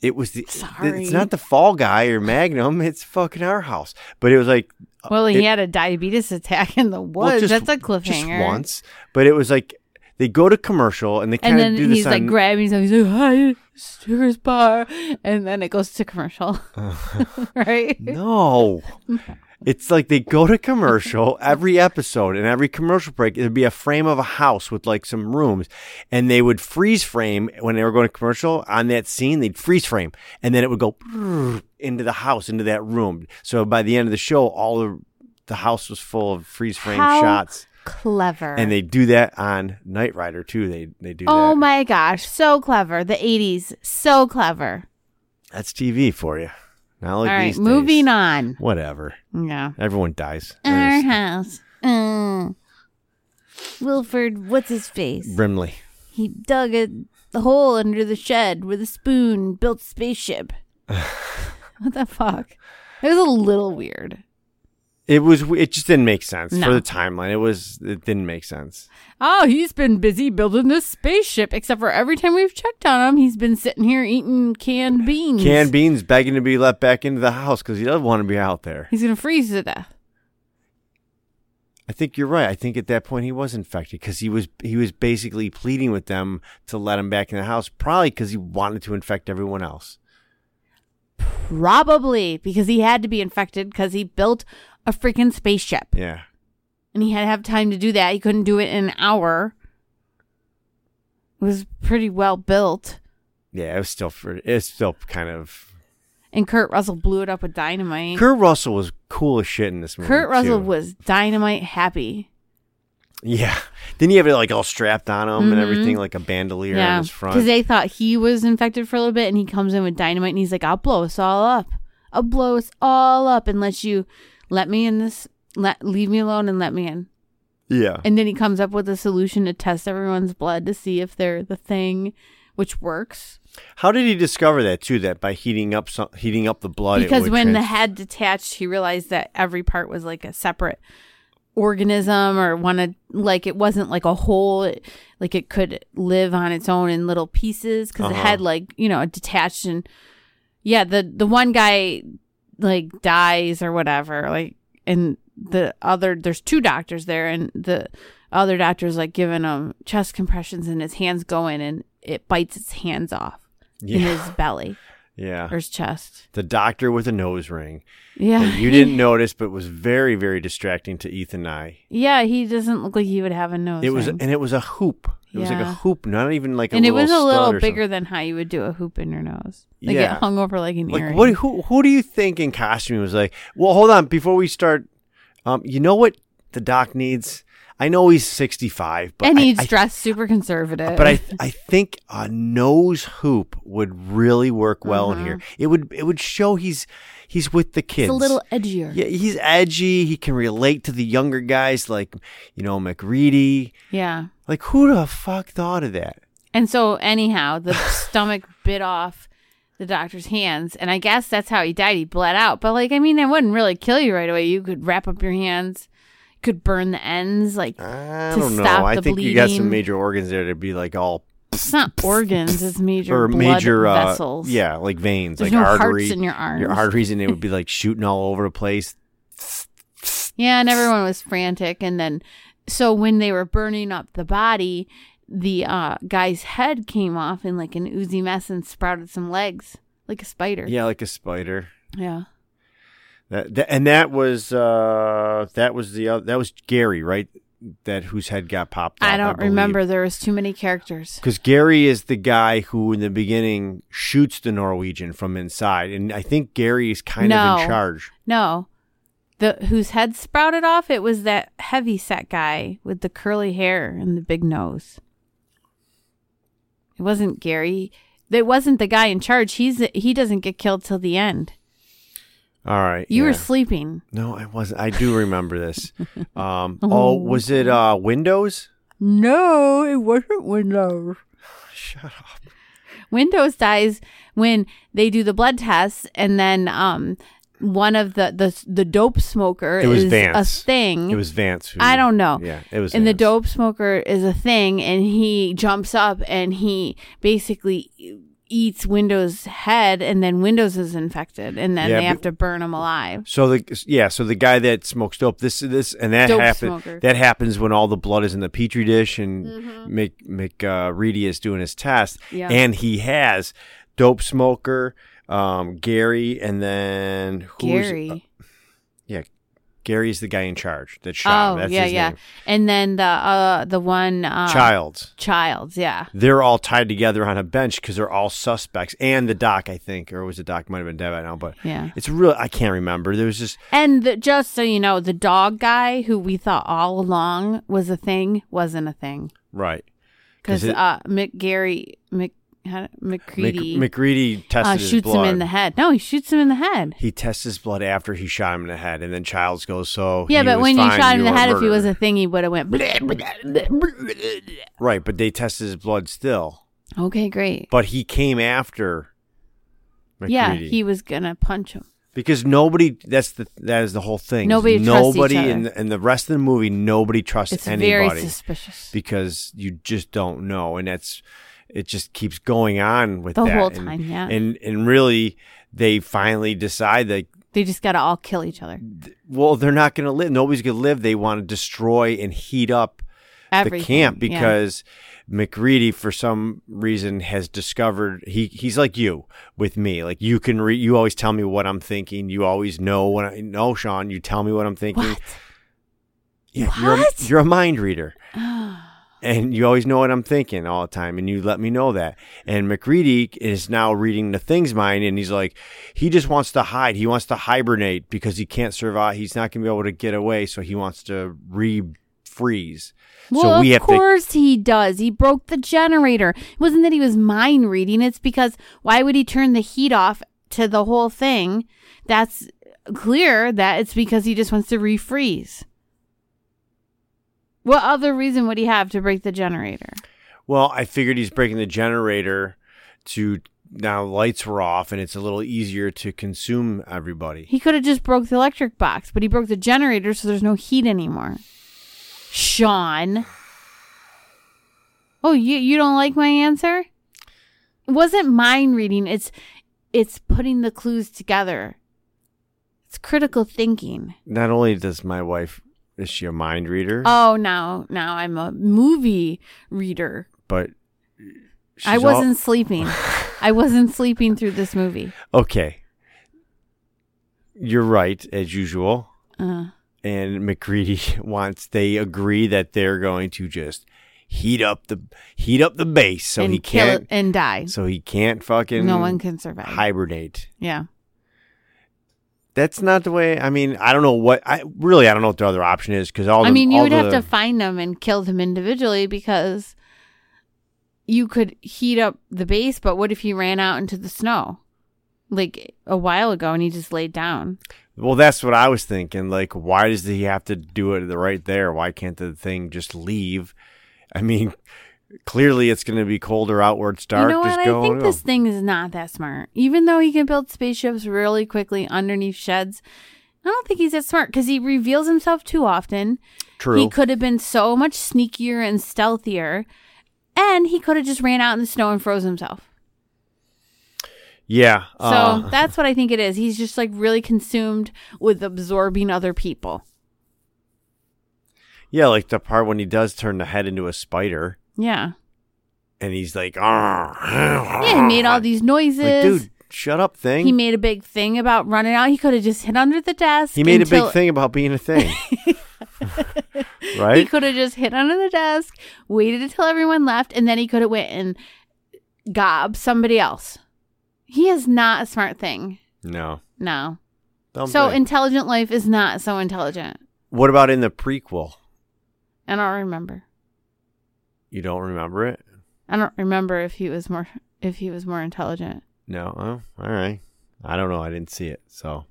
Speaker 5: it was the.
Speaker 6: Sorry.
Speaker 5: It's not the Fall Guy or Magnum. It's fucking our house. But it was like
Speaker 6: well, he
Speaker 5: uh, it-
Speaker 6: had a diabetes attack in the woods.
Speaker 5: well, just-
Speaker 6: That's a cliffhanger.
Speaker 5: Just once, but it was like they go to commercial and they kind
Speaker 6: And
Speaker 5: of
Speaker 6: then
Speaker 5: do this
Speaker 6: he's like
Speaker 5: on-
Speaker 6: grabbing something. He's like, "Hi, Snickers bar," and then it goes to commercial,
Speaker 5: Uh.
Speaker 6: right?
Speaker 5: No.
Speaker 6: Mm-hmm.
Speaker 5: It's like they go to commercial every episode and every commercial break, there'd be a frame of a house with like some rooms and they would freeze frame when they were going to commercial on that scene. They'd freeze frame and then it would go into the house, into that room. So by the end of the show, all the, the house was full of freeze frame
Speaker 4: How
Speaker 5: shots.
Speaker 4: Clever.
Speaker 5: And they do that on Knight Rider too. They, they do
Speaker 4: oh
Speaker 5: that.
Speaker 4: my gosh, so clever. The 80s, so clever.
Speaker 5: That's TV for you. Not like
Speaker 6: All right,
Speaker 5: these
Speaker 6: moving on. Uh-huh.
Speaker 5: Whatever.
Speaker 6: Yeah.
Speaker 5: Everyone dies.
Speaker 4: Our house. Uh, Wilford, what's his face?
Speaker 5: Brimley.
Speaker 4: He dug a the hole under the shed with a spoon, built a spaceship.
Speaker 6: What the fuck? It was a little weird.
Speaker 5: It was. It just didn't make sense
Speaker 6: No.
Speaker 5: for the timeline. It was. It didn't make sense.
Speaker 6: Oh, he's been busy building this spaceship. Except for every time we've checked on him, he's been sitting here eating canned beans.
Speaker 5: Canned beans begging to be let back into the house because he doesn't want to be out there.
Speaker 6: He's gonna freeze to death.
Speaker 5: I think you're right. I think at that point he was infected because he was he was basically pleading with them to let him back in the house, probably because he wanted to infect everyone else.
Speaker 6: Probably because he had to be infected because he built a freaking spaceship.
Speaker 5: Yeah,
Speaker 6: and he had to have time to do that. He couldn't do it in an hour. It was pretty well built,
Speaker 5: yeah. It was still for. It's still kind of.
Speaker 6: and Kurt Russell blew it up with dynamite.
Speaker 5: Kurt Russell was cool as shit in this movie.
Speaker 6: Kurt Russell
Speaker 5: too.
Speaker 6: was dynamite happy.
Speaker 5: Yeah. Didn't he have it like all strapped on him and everything, like a bandolier on his front?
Speaker 6: because Mm-hmm. they thought he was infected for a little bit, and he comes in with dynamite, and he's like, "I'll blow us all up. I'll blow us all up unless you let me in this. Let leave me alone and let me in."
Speaker 5: yeah.
Speaker 6: And then he comes up with a solution to test everyone's blood to see if they're the thing, which works.
Speaker 5: How did he discover that too? That by heating up some, heating up the blood, it
Speaker 6: because
Speaker 5: would
Speaker 6: when the
Speaker 5: trans-
Speaker 6: head detached he realized that every part was like a separate organism or wanted like it wasn't like a whole it, like it could live on its own in little pieces because the
Speaker 5: Uh-huh.
Speaker 6: head like you know detached and yeah the the one guy like dies or whatever like and the other there's two doctors there and the other doctor's like giving him chest compressions and his hands go in and it bites its hands off in
Speaker 5: Yeah.
Speaker 6: his belly
Speaker 5: yeah,
Speaker 6: or his chest
Speaker 5: the doctor with a nose ring
Speaker 6: yeah
Speaker 5: that you didn't notice, but was very very distracting to Ethan and I.
Speaker 6: Yeah, he doesn't look like he would have a nose.
Speaker 5: It was
Speaker 6: ring.
Speaker 5: and it was a hoop. It was like a
Speaker 6: Yeah.
Speaker 5: hoop, not even like a
Speaker 6: and it
Speaker 5: little
Speaker 6: was a
Speaker 5: stud
Speaker 6: little
Speaker 5: or
Speaker 6: bigger than how you would do a hoop in your nose. Like
Speaker 5: Yeah.
Speaker 6: it hung over like an
Speaker 5: something.
Speaker 6: earring.
Speaker 5: Like what? Who who do you think in costume was like? Well, hold on. Before we start, um, you know what the doc needs? I know he's sixty five, but
Speaker 6: and
Speaker 5: I,
Speaker 6: he's
Speaker 5: I
Speaker 6: dressed super conservative.
Speaker 5: but I I think a nose hoop would really work well in here. It would it would show he's he's with the kids.
Speaker 6: it's Uh-huh. a little edgier.
Speaker 5: yeah, he's edgy. He can relate to the younger guys like you know McReady.
Speaker 6: yeah.
Speaker 5: Like who the fuck thought of that?
Speaker 6: And so anyhow, the stomach bit off the doctor's hands, and I guess that's how he died. He bled out. But like, I mean, that wouldn't really kill you right away. You could wrap up your hands, you could burn the ends, like
Speaker 5: I
Speaker 6: To
Speaker 5: don't know.
Speaker 6: stop
Speaker 5: I
Speaker 6: the
Speaker 5: think you got some
Speaker 6: bleeding.
Speaker 5: major organs there to be like all
Speaker 6: it's not organs, it's major
Speaker 5: or
Speaker 6: blood
Speaker 5: major uh,
Speaker 6: vessels.
Speaker 5: Yeah, like veins,
Speaker 6: There's
Speaker 5: like
Speaker 6: no hearts
Speaker 5: arteries
Speaker 6: in your arms.
Speaker 5: Your arteries, and it would be like shooting all over the place.
Speaker 6: Yeah, and everyone was frantic. And then, so when they were burning up the body, the uh, guy's head came off in like an oozy mess and sprouted some legs, like a spider.
Speaker 5: Yeah, like a spider.
Speaker 6: Yeah.
Speaker 5: That, that, and that was uh, that was the oth- that was uh, Gary, right? that whose head got popped off.
Speaker 6: I don't remember. There was too many characters.
Speaker 5: Because Gary is the guy who, in the beginning, shoots the Norwegian from inside, and I think Gary is kind of
Speaker 6: No.
Speaker 5: in charge.
Speaker 6: No, the whose head sprouted off. It was that heavy set guy with the curly hair and the big nose. It wasn't Gary. It wasn't the guy in charge. He's he doesn't get killed till the end.
Speaker 5: All right,
Speaker 6: You were
Speaker 5: yeah.
Speaker 6: sleeping.
Speaker 5: no, I wasn't. I do remember this. Um, oh, was it uh, Windows?
Speaker 6: No, it wasn't Windows.
Speaker 5: Shut up.
Speaker 6: Windows dies when they do the blood tests, and then um, one of the the the dope smoker
Speaker 5: It was
Speaker 6: is
Speaker 5: Vance.
Speaker 6: a thing.
Speaker 5: It was Vance. Who,
Speaker 6: Hmm? I don't know.
Speaker 5: Yeah, it was.
Speaker 6: And the
Speaker 5: Vance.
Speaker 6: dope smoker is a thing, and he jumps up and he basically eats Windows' head, and then Windows is infected, and then
Speaker 5: Yeah,
Speaker 6: they have
Speaker 5: but-
Speaker 6: to burn him alive.
Speaker 5: So the yeah, so the guy that smokes dope, this this and that
Speaker 6: Dope
Speaker 5: happens.
Speaker 6: smoker. Mm-hmm.
Speaker 5: That happens when all the blood is in the petri dish, and Mc Mc uh, Reedy is doing his test,
Speaker 6: Yeah.
Speaker 5: and he has dope smoker, um, Gary, and then who's uh,
Speaker 6: Gary.
Speaker 5: yeah, Gary's the guy in charge that shot. him.
Speaker 6: oh
Speaker 5: That's
Speaker 6: yeah,
Speaker 5: his
Speaker 6: yeah.
Speaker 5: name.
Speaker 6: And then the uh the one uh,
Speaker 5: Childs.
Speaker 6: Childs, yeah.
Speaker 5: They're all tied together on a bench because they're all suspects, and the doc, I think, or was the doc might have been dead by now, but
Speaker 6: Yeah.
Speaker 5: it's real. I can't remember. There was just
Speaker 6: And the, just so you know, the dog guy who we thought all along was a thing wasn't a thing
Speaker 5: right.
Speaker 6: because
Speaker 5: it-
Speaker 6: uh, Mick Gary Mick how-
Speaker 5: Mc,
Speaker 6: McCready
Speaker 5: McReady tested
Speaker 6: uh,
Speaker 5: his
Speaker 6: shoots him
Speaker 5: blood.
Speaker 6: in the head. No, he shoots him in the head.
Speaker 5: he tests his blood after he shot him in the head, and then Childs goes, "So Oh,
Speaker 6: Yeah,
Speaker 5: he
Speaker 6: but
Speaker 5: was
Speaker 6: when you
Speaker 5: fine,
Speaker 6: shot him in the
Speaker 5: were
Speaker 6: head, if he was a
Speaker 5: murdered."
Speaker 6: thing, he would have went.
Speaker 5: right, but they tested his blood still,
Speaker 6: Okay, great.
Speaker 5: but he came after. McCready.
Speaker 6: Yeah, he was gonna punch him.
Speaker 5: because nobody. That's the that is the whole thing. is
Speaker 6: Nobody trusts each
Speaker 5: nobody
Speaker 6: other.
Speaker 5: in the, in the rest of the movie. Nobody trusts
Speaker 6: It's
Speaker 5: anybody
Speaker 6: very suspicious.
Speaker 5: because you just don't know, and that's it. Just keeps going on with
Speaker 6: The
Speaker 5: that.
Speaker 6: whole
Speaker 5: and-
Speaker 6: time, yeah.
Speaker 5: and and really, they finally decide that
Speaker 6: They just gotta all kill each other.
Speaker 5: well, they're not going to live. Nobody's going to live. They want to destroy and heat up
Speaker 6: Everything.
Speaker 5: the camp
Speaker 6: yeah.
Speaker 5: because McReady, for some reason, has discovered he he's like you with me. Like you can re- you always tell me what I'm thinking. You always know what I know, Sean. You tell me what I'm thinking.
Speaker 6: what?
Speaker 5: Yeah, You're, a-
Speaker 6: What? Ah.
Speaker 5: you're a mind reader. And you always know what I'm thinking all the time, and you let me know that. And McReady is now reading the things mind, and he's like, he just wants to hide. He wants to hibernate because he can't survive. He's not going to be able to get away, so he wants to re freeze.
Speaker 6: Well,
Speaker 5: so we
Speaker 6: of
Speaker 5: have to.
Speaker 6: course he does. He broke the generator. It wasn't that he was mind reading. It's because why would he turn the heat off to the whole thing? That's clear that it's because he just wants to refreeze. What other reason would he have to break the generator?
Speaker 5: Well, I figured he's breaking the generator to now lights were off, and it's a little easier to consume everybody.
Speaker 6: He could have just broke the electric box, but he broke the generator, so there's no heat anymore. Sean. Oh, you you don't like my answer? It wasn't mind reading. It's it's putting the clues together. It's critical thinking.
Speaker 5: Not only does my wife is she a mind reader,
Speaker 6: Oh, now now I'm a movie reader.
Speaker 5: but she's
Speaker 6: I
Speaker 5: al-
Speaker 6: wasn't sleeping. I wasn't sleeping through this movie.
Speaker 5: Okay. You're right, as usual.
Speaker 6: Uh,
Speaker 5: And McCready wants they agree that they're going to just heat up the heat up the base so
Speaker 6: and
Speaker 5: he
Speaker 6: kill it
Speaker 5: can't
Speaker 6: and die.
Speaker 5: so he can't fucking
Speaker 6: No one can survive.
Speaker 5: hibernate.
Speaker 6: yeah.
Speaker 5: That's not the way I mean, I don't know what I really I don't know what the other option is because all the
Speaker 6: I mean, you
Speaker 5: all
Speaker 6: would have
Speaker 5: the-
Speaker 6: to find them and kill them individually because you could heat up the base, but what if he ran out into the snow like a while ago and he just laid down?
Speaker 5: Well, that's what I was thinking. Like, why does he have to do it right there? Why can't the thing just leave? I mean, clearly it's going to be colder out where it's dark.
Speaker 6: you know
Speaker 5: just
Speaker 6: what? I
Speaker 5: go
Speaker 6: think
Speaker 5: and
Speaker 6: this
Speaker 5: go.
Speaker 6: thing is not that smart. Even though he can build spaceships really quickly underneath sheds, I don't think he's that smart because he reveals himself too often.
Speaker 5: True.
Speaker 6: He could have been so much sneakier and stealthier, and he could have just ran out in the snow and froze himself.
Speaker 5: Yeah.
Speaker 6: So
Speaker 5: uh,
Speaker 6: that's what I think it is. He's just like really consumed with absorbing other people.
Speaker 5: yeah, like the part when he does turn the head into a spider
Speaker 6: Yeah.
Speaker 5: and he's like, yeah,
Speaker 6: Yeah, he made all these noises.
Speaker 5: Ah. Like, dude, shut up, thing.
Speaker 6: he made a big thing about running out. He could have just hid under the desk.
Speaker 5: He made a
Speaker 6: until-
Speaker 5: big thing about being a thing.
Speaker 6: He
Speaker 5: Right?
Speaker 6: could have just hid under the desk, waited until everyone left, and then he could have went and gobbed somebody else. He is not a smart thing.
Speaker 5: No.
Speaker 6: No.
Speaker 5: Dumb
Speaker 6: so
Speaker 5: thing.
Speaker 6: intelligent life is not so intelligent.
Speaker 5: what about in the prequel?
Speaker 6: I don't remember.
Speaker 5: You don't remember it?
Speaker 6: I don't remember if he was more if he was more intelligent.
Speaker 5: No. Oh, all right. I don't know. I didn't see it. So,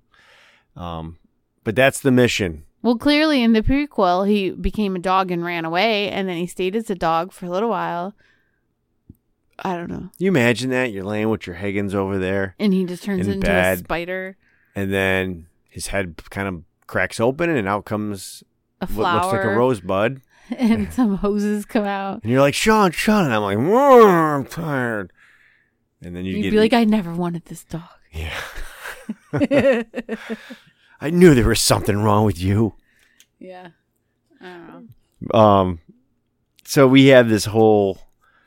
Speaker 5: um, but that's the mission.
Speaker 6: Well, clearly in the prequel, he became a dog and ran away, and then he stayed as a dog for a little while. I don't know.
Speaker 5: You imagine that you're laying with your Higgins over there,
Speaker 6: And he just turns
Speaker 5: In
Speaker 6: into
Speaker 5: bed.
Speaker 6: a spider,
Speaker 5: and then his head kind of cracks open, and out comes
Speaker 6: a
Speaker 5: what
Speaker 6: flower,
Speaker 5: looks like a rosebud.
Speaker 6: and some hoses come out.
Speaker 5: And you're like, Sean, Sean, and I'm like, "Whoa, I'm tired. And then you
Speaker 6: You
Speaker 5: get
Speaker 6: would be like, I never wanted this dog.
Speaker 5: yeah. I knew there was something wrong with you.
Speaker 6: Yeah. I don't know.
Speaker 5: Um, so we have this whole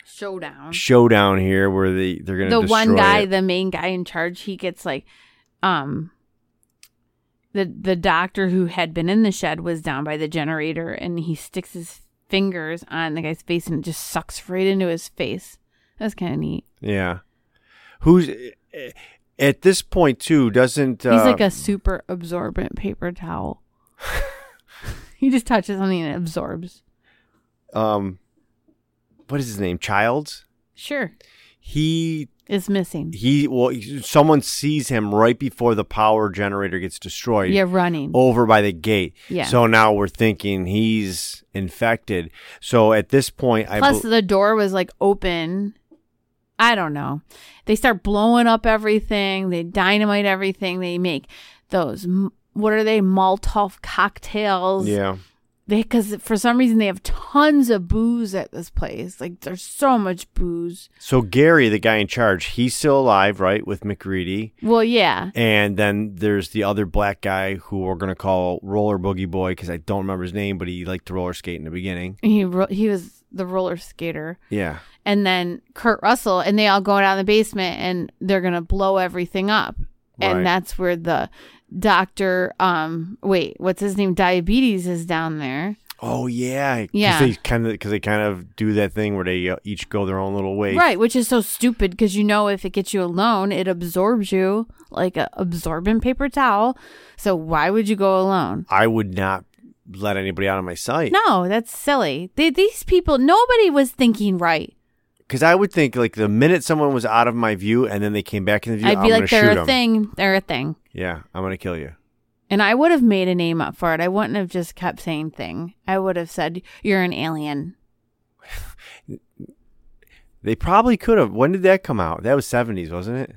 Speaker 6: Showdown.
Speaker 5: showdown here where they they're gonna
Speaker 6: the one
Speaker 5: destroy
Speaker 6: guy,
Speaker 5: it.
Speaker 6: the main guy in charge, he gets like, um, the the doctor who had been in the shed was down by the generator, and he sticks his fingers on the guy's face, and it just sucks right into his face. That was kind of neat.
Speaker 5: Yeah. Who's eh, at this point too doesn't uh,
Speaker 6: He's like a super absorbent paper towel. he just touches something and it absorbs.
Speaker 5: um what is his name? Childs?
Speaker 6: Sure,
Speaker 5: He
Speaker 6: it's missing.
Speaker 5: he well he- someone sees him right before the power generator gets destroyed.
Speaker 6: Yeah, running.
Speaker 5: Over by the gate.
Speaker 6: Yeah.
Speaker 5: So now we're thinking he's infected. So at this point I
Speaker 6: Plus,
Speaker 5: bel-
Speaker 6: the door was like open. I don't know. They start blowing up everything. They dynamite everything. They make those. m- What are they? Molotov cocktails.
Speaker 5: Yeah.
Speaker 6: Because for some reason they have tons of booze at this place. Like there's so much booze.
Speaker 5: So Gary, the guy in charge, he's still alive, right, with McReady.
Speaker 6: Well, yeah.
Speaker 5: And then there's the other black guy who we're gonna call Roller Boogie Boy because I don't remember his name, but he liked to roller skate in the beginning.
Speaker 6: He ro- he was the roller skater,
Speaker 5: Yeah,
Speaker 6: and then Kurt Russell, and they all go down the basement, and they're gonna blow everything up.
Speaker 5: Right.
Speaker 6: and that's where the doctor um wait what's his name diabetes is down there
Speaker 5: Oh yeah, 'Cause
Speaker 6: Yeah.
Speaker 5: They kind of because they kind of do that thing where they uh, each go their own little way.
Speaker 6: right which is so stupid because you know if it gets you alone it absorbs you like a absorbent paper towel so why would you go alone
Speaker 5: I would not let anybody out of my sight
Speaker 6: no that's silly they, these people nobody was thinking right
Speaker 5: because I would think like the minute someone was out of my view and then they came back in the view,
Speaker 6: i'd
Speaker 5: am
Speaker 6: be
Speaker 5: gonna
Speaker 6: like
Speaker 5: shoot
Speaker 6: they're a
Speaker 5: 'em.
Speaker 6: thing they're a thing
Speaker 5: Yeah, I'm gonna kill you.
Speaker 6: and i would have made a name up for it i wouldn't have just kept saying thing i would have said you're an alien
Speaker 5: They probably could have. When did that come out? That was 70s, wasn't it?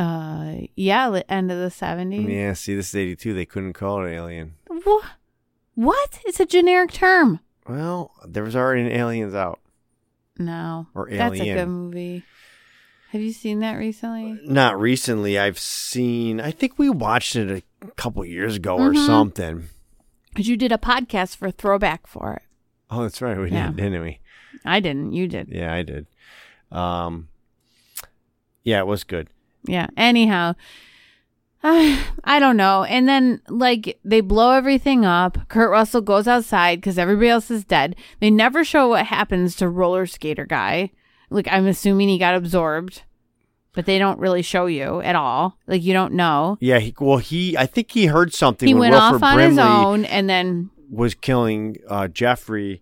Speaker 6: uh yeah li- end of the 70s
Speaker 5: Yeah. See, this is 82. They couldn't call it Alien.
Speaker 6: What? What? It's a generic term.
Speaker 5: Well, there was already an Aliens out.
Speaker 6: No.
Speaker 5: Or
Speaker 6: That's a
Speaker 5: Alien.
Speaker 6: good movie. Have you seen that recently?
Speaker 5: Not recently. I've seen. I think we watched it a couple years ago or
Speaker 6: Mm-hmm.
Speaker 5: something.
Speaker 6: Because you did a podcast for Throwback for it.
Speaker 5: Oh, that's right. We
Speaker 6: Yeah.
Speaker 5: did, didn't we?
Speaker 6: I didn't. You did.
Speaker 5: Yeah, I did. Um, yeah, it was good.
Speaker 6: Yeah. Anyhow, I don't know. And then, like, they blow everything up. Kurt Russell goes outside because everybody else is dead. They never show what happens to roller skater guy. Like, I'm assuming he got absorbed, but they don't really show you at all. Like, you don't know.
Speaker 5: Yeah, he, well, he. I think he heard something.
Speaker 6: He
Speaker 5: when
Speaker 6: went
Speaker 5: Wilford
Speaker 6: off on
Speaker 5: Brimley
Speaker 6: his own and then
Speaker 5: Was killing uh, Jeffrey.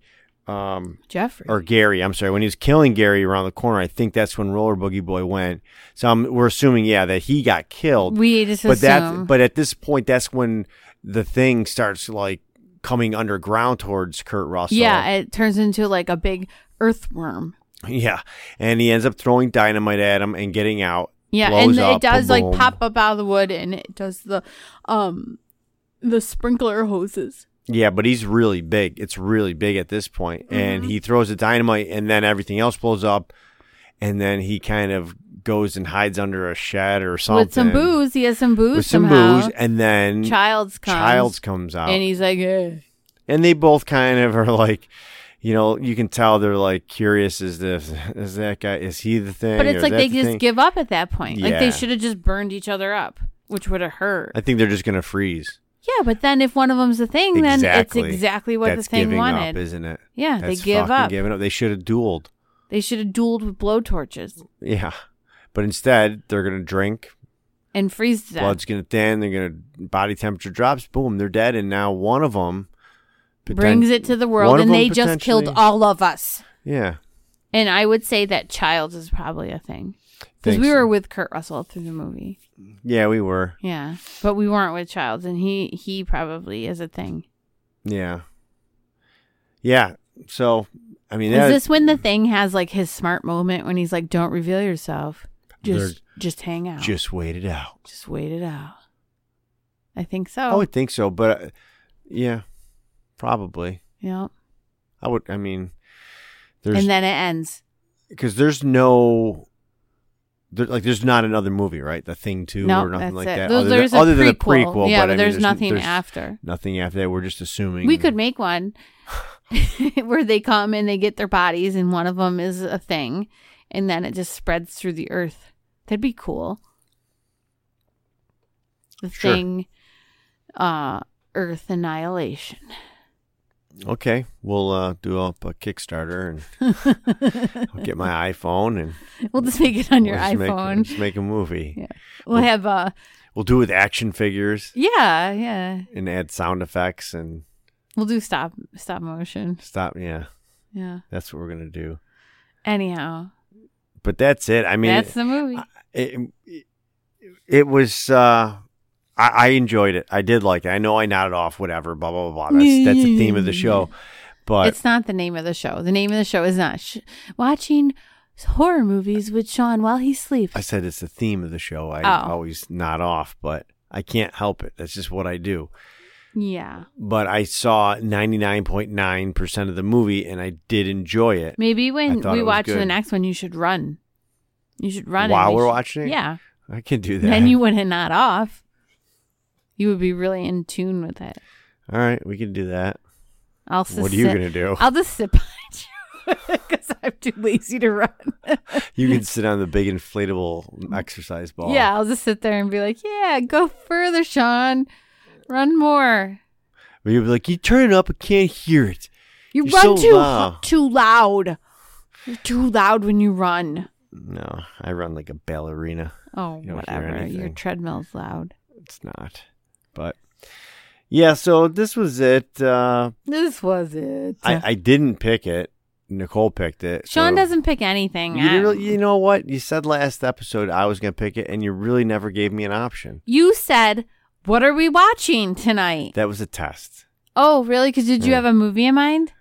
Speaker 5: Um,
Speaker 6: Jeffrey.
Speaker 5: or Gary, I'm sorry, when he was killing Gary around the corner, I think that's when Roller Boogie Boy went. So I'm, we're assuming, yeah, that he got killed.
Speaker 6: We just
Speaker 5: but
Speaker 6: assume.
Speaker 5: that, but at this point, that's when the thing starts like coming underground towards Kurt Russell.
Speaker 6: yeah, it turns into like a big earthworm.
Speaker 5: yeah, and he ends up throwing dynamite at him and getting out.
Speaker 6: Yeah,
Speaker 5: blows
Speaker 6: and
Speaker 5: up,
Speaker 6: it does like
Speaker 5: boom.
Speaker 6: pop up out of the wood, and it does the um the sprinkler hoses.
Speaker 5: Yeah, but he's really big. It's really big at this point,
Speaker 6: Mm-hmm.
Speaker 5: and he throws the dynamite, and then everything else blows up, and then he kind of goes and hides under a shed or something
Speaker 6: With some booze, he has some booze.
Speaker 5: With some
Speaker 6: somehow.
Speaker 5: booze, and then
Speaker 6: Child's comes,
Speaker 5: Childs comes out,
Speaker 6: and
Speaker 5: and,
Speaker 6: he's like, eh.
Speaker 5: they both kind of are like, you know, you can tell they're like curious. Is this? Is that guy? Is he the thing?
Speaker 6: but
Speaker 5: or
Speaker 6: it's
Speaker 5: is
Speaker 6: like
Speaker 5: that
Speaker 6: they
Speaker 5: the
Speaker 6: just
Speaker 5: thing?
Speaker 6: give up at that point. Like
Speaker 5: Yeah.
Speaker 6: they should have just burned each other up, which would have hurt.
Speaker 5: I think they're just gonna freeze.
Speaker 6: Yeah, but then if one of them's the thing, then it's exactly what
Speaker 5: That's
Speaker 6: the thing
Speaker 5: giving
Speaker 6: wanted.
Speaker 5: Up, isn't it?
Speaker 6: Yeah, they
Speaker 5: That's
Speaker 6: give
Speaker 5: fucking
Speaker 6: up.
Speaker 5: Giving up. They should have dueled.
Speaker 6: They should have dueled with blowtorches
Speaker 5: Yeah, but instead they're gonna drink.
Speaker 6: and freeze to death.
Speaker 5: Blood's gonna thin. They're gonna body temperature drops. Boom, they're dead. And now one of them
Speaker 6: brings it to the world, and they just killed all of us.
Speaker 5: Yeah,
Speaker 6: And I would say that Childs is probably a thing because
Speaker 5: Think
Speaker 6: we
Speaker 5: so.
Speaker 6: were with Kurt Russell through the movie.
Speaker 5: yeah, we were.
Speaker 6: Yeah, but we weren't with Childs, and he he probably is a thing.
Speaker 5: Yeah, yeah. So I mean,
Speaker 6: is
Speaker 5: that,
Speaker 6: this when the thing has like his smart moment when he's like, "Don't reveal yourself, just
Speaker 5: They're-
Speaker 6: just hang out,
Speaker 5: just wait it out.
Speaker 6: just oh. wait it out." I think
Speaker 5: I
Speaker 6: so.
Speaker 5: would think so, but uh, yeah, probably.
Speaker 6: yeah,
Speaker 5: I would. I mean, there's
Speaker 6: and then it ends.
Speaker 5: because there's no there, like there's not another movie right the thing too
Speaker 6: No,
Speaker 5: or nothing
Speaker 6: that's
Speaker 5: like
Speaker 6: it.
Speaker 5: that
Speaker 6: There-
Speaker 5: other,
Speaker 6: there's
Speaker 5: than,
Speaker 6: a
Speaker 5: other than the
Speaker 6: prequel.
Speaker 5: prequel
Speaker 6: Yeah,
Speaker 5: but, I
Speaker 6: but
Speaker 5: mean,
Speaker 6: there's
Speaker 5: n-
Speaker 6: nothing after.
Speaker 5: nothing after that we're just assuming
Speaker 6: We could make one where they come and they get their bodies, and one of them is a thing, and then it just spreads through the earth. That'd be cool. The
Speaker 5: Sure.
Speaker 6: thing, uh, Earth annihilation.
Speaker 5: okay we'll uh, do up a Kickstarter and I'll get my iPhone and
Speaker 6: We'll just make it on your
Speaker 5: we'll just make-
Speaker 6: iPhone.
Speaker 5: just make a movie
Speaker 6: Yeah. We'll have uh
Speaker 5: we'll do it with action figures
Speaker 6: yeah, yeah.
Speaker 5: and add sound effects and
Speaker 6: We'll do stop stop motion.
Speaker 5: stop yeah
Speaker 6: Yeah.
Speaker 5: that's what we're gonna do
Speaker 6: Anyhow,
Speaker 5: but that's it I mean
Speaker 6: that's the movie.
Speaker 5: it, it, it was uh I, I enjoyed it i did like it i know i nodded off whatever blah blah blah blah. that's
Speaker 6: Yeah,
Speaker 5: that's
Speaker 6: yeah,
Speaker 5: the
Speaker 6: yeah,
Speaker 5: theme of the
Speaker 6: yeah,
Speaker 5: show but
Speaker 6: it's not the name of the show. The name of the show is not sh- watching horror movies with Sean while he sleeps.
Speaker 5: i said it's the theme of the show i
Speaker 6: Oh.
Speaker 5: always nod off but i can't help it that's just what i do
Speaker 6: yeah.
Speaker 5: but i saw 99.9% of the movie and i did enjoy it
Speaker 6: Maybe when
Speaker 5: thought
Speaker 6: we
Speaker 5: it was
Speaker 6: watch the
Speaker 5: good.
Speaker 6: next one, you should run. You should run and
Speaker 5: While
Speaker 6: we
Speaker 5: we're
Speaker 6: should-
Speaker 5: watching it?
Speaker 6: Yeah.
Speaker 5: i can do that
Speaker 6: Then you wouldn't not off. You would be really in tune with it.
Speaker 5: all right we can do that
Speaker 6: I'll just
Speaker 5: What are you
Speaker 6: sit-
Speaker 5: gonna do?
Speaker 6: I'll just sit behind you because I'm too lazy to run.
Speaker 5: you can sit on the big inflatable exercise ball
Speaker 6: Yeah, I'll just sit there and be like, "Yeah, go further, Sean. Run more.
Speaker 5: But you'll be like you turn it up i can't hear it
Speaker 6: You
Speaker 5: You're
Speaker 6: run
Speaker 5: so
Speaker 6: too
Speaker 5: loud."
Speaker 6: too loud. You're too loud when you run.
Speaker 5: no i run like a ballerina
Speaker 6: Oh,
Speaker 5: You don't hear
Speaker 6: whatever. Your
Speaker 5: anything.
Speaker 6: treadmill's loud.
Speaker 5: it's not. But yeah, so this was it. Uh,
Speaker 6: This was it.
Speaker 5: I, I didn't pick it. Nicole picked it.
Speaker 6: Sean
Speaker 5: so-
Speaker 6: doesn't pick anything.
Speaker 5: You,
Speaker 6: I-
Speaker 5: really, you know what? You said last episode I was going to pick it, and you really never gave me an option.
Speaker 6: you said, "What are we watching tonight?"
Speaker 5: That was a test.
Speaker 6: Oh, really? Because did you
Speaker 5: Yeah.
Speaker 6: have a movie in mind?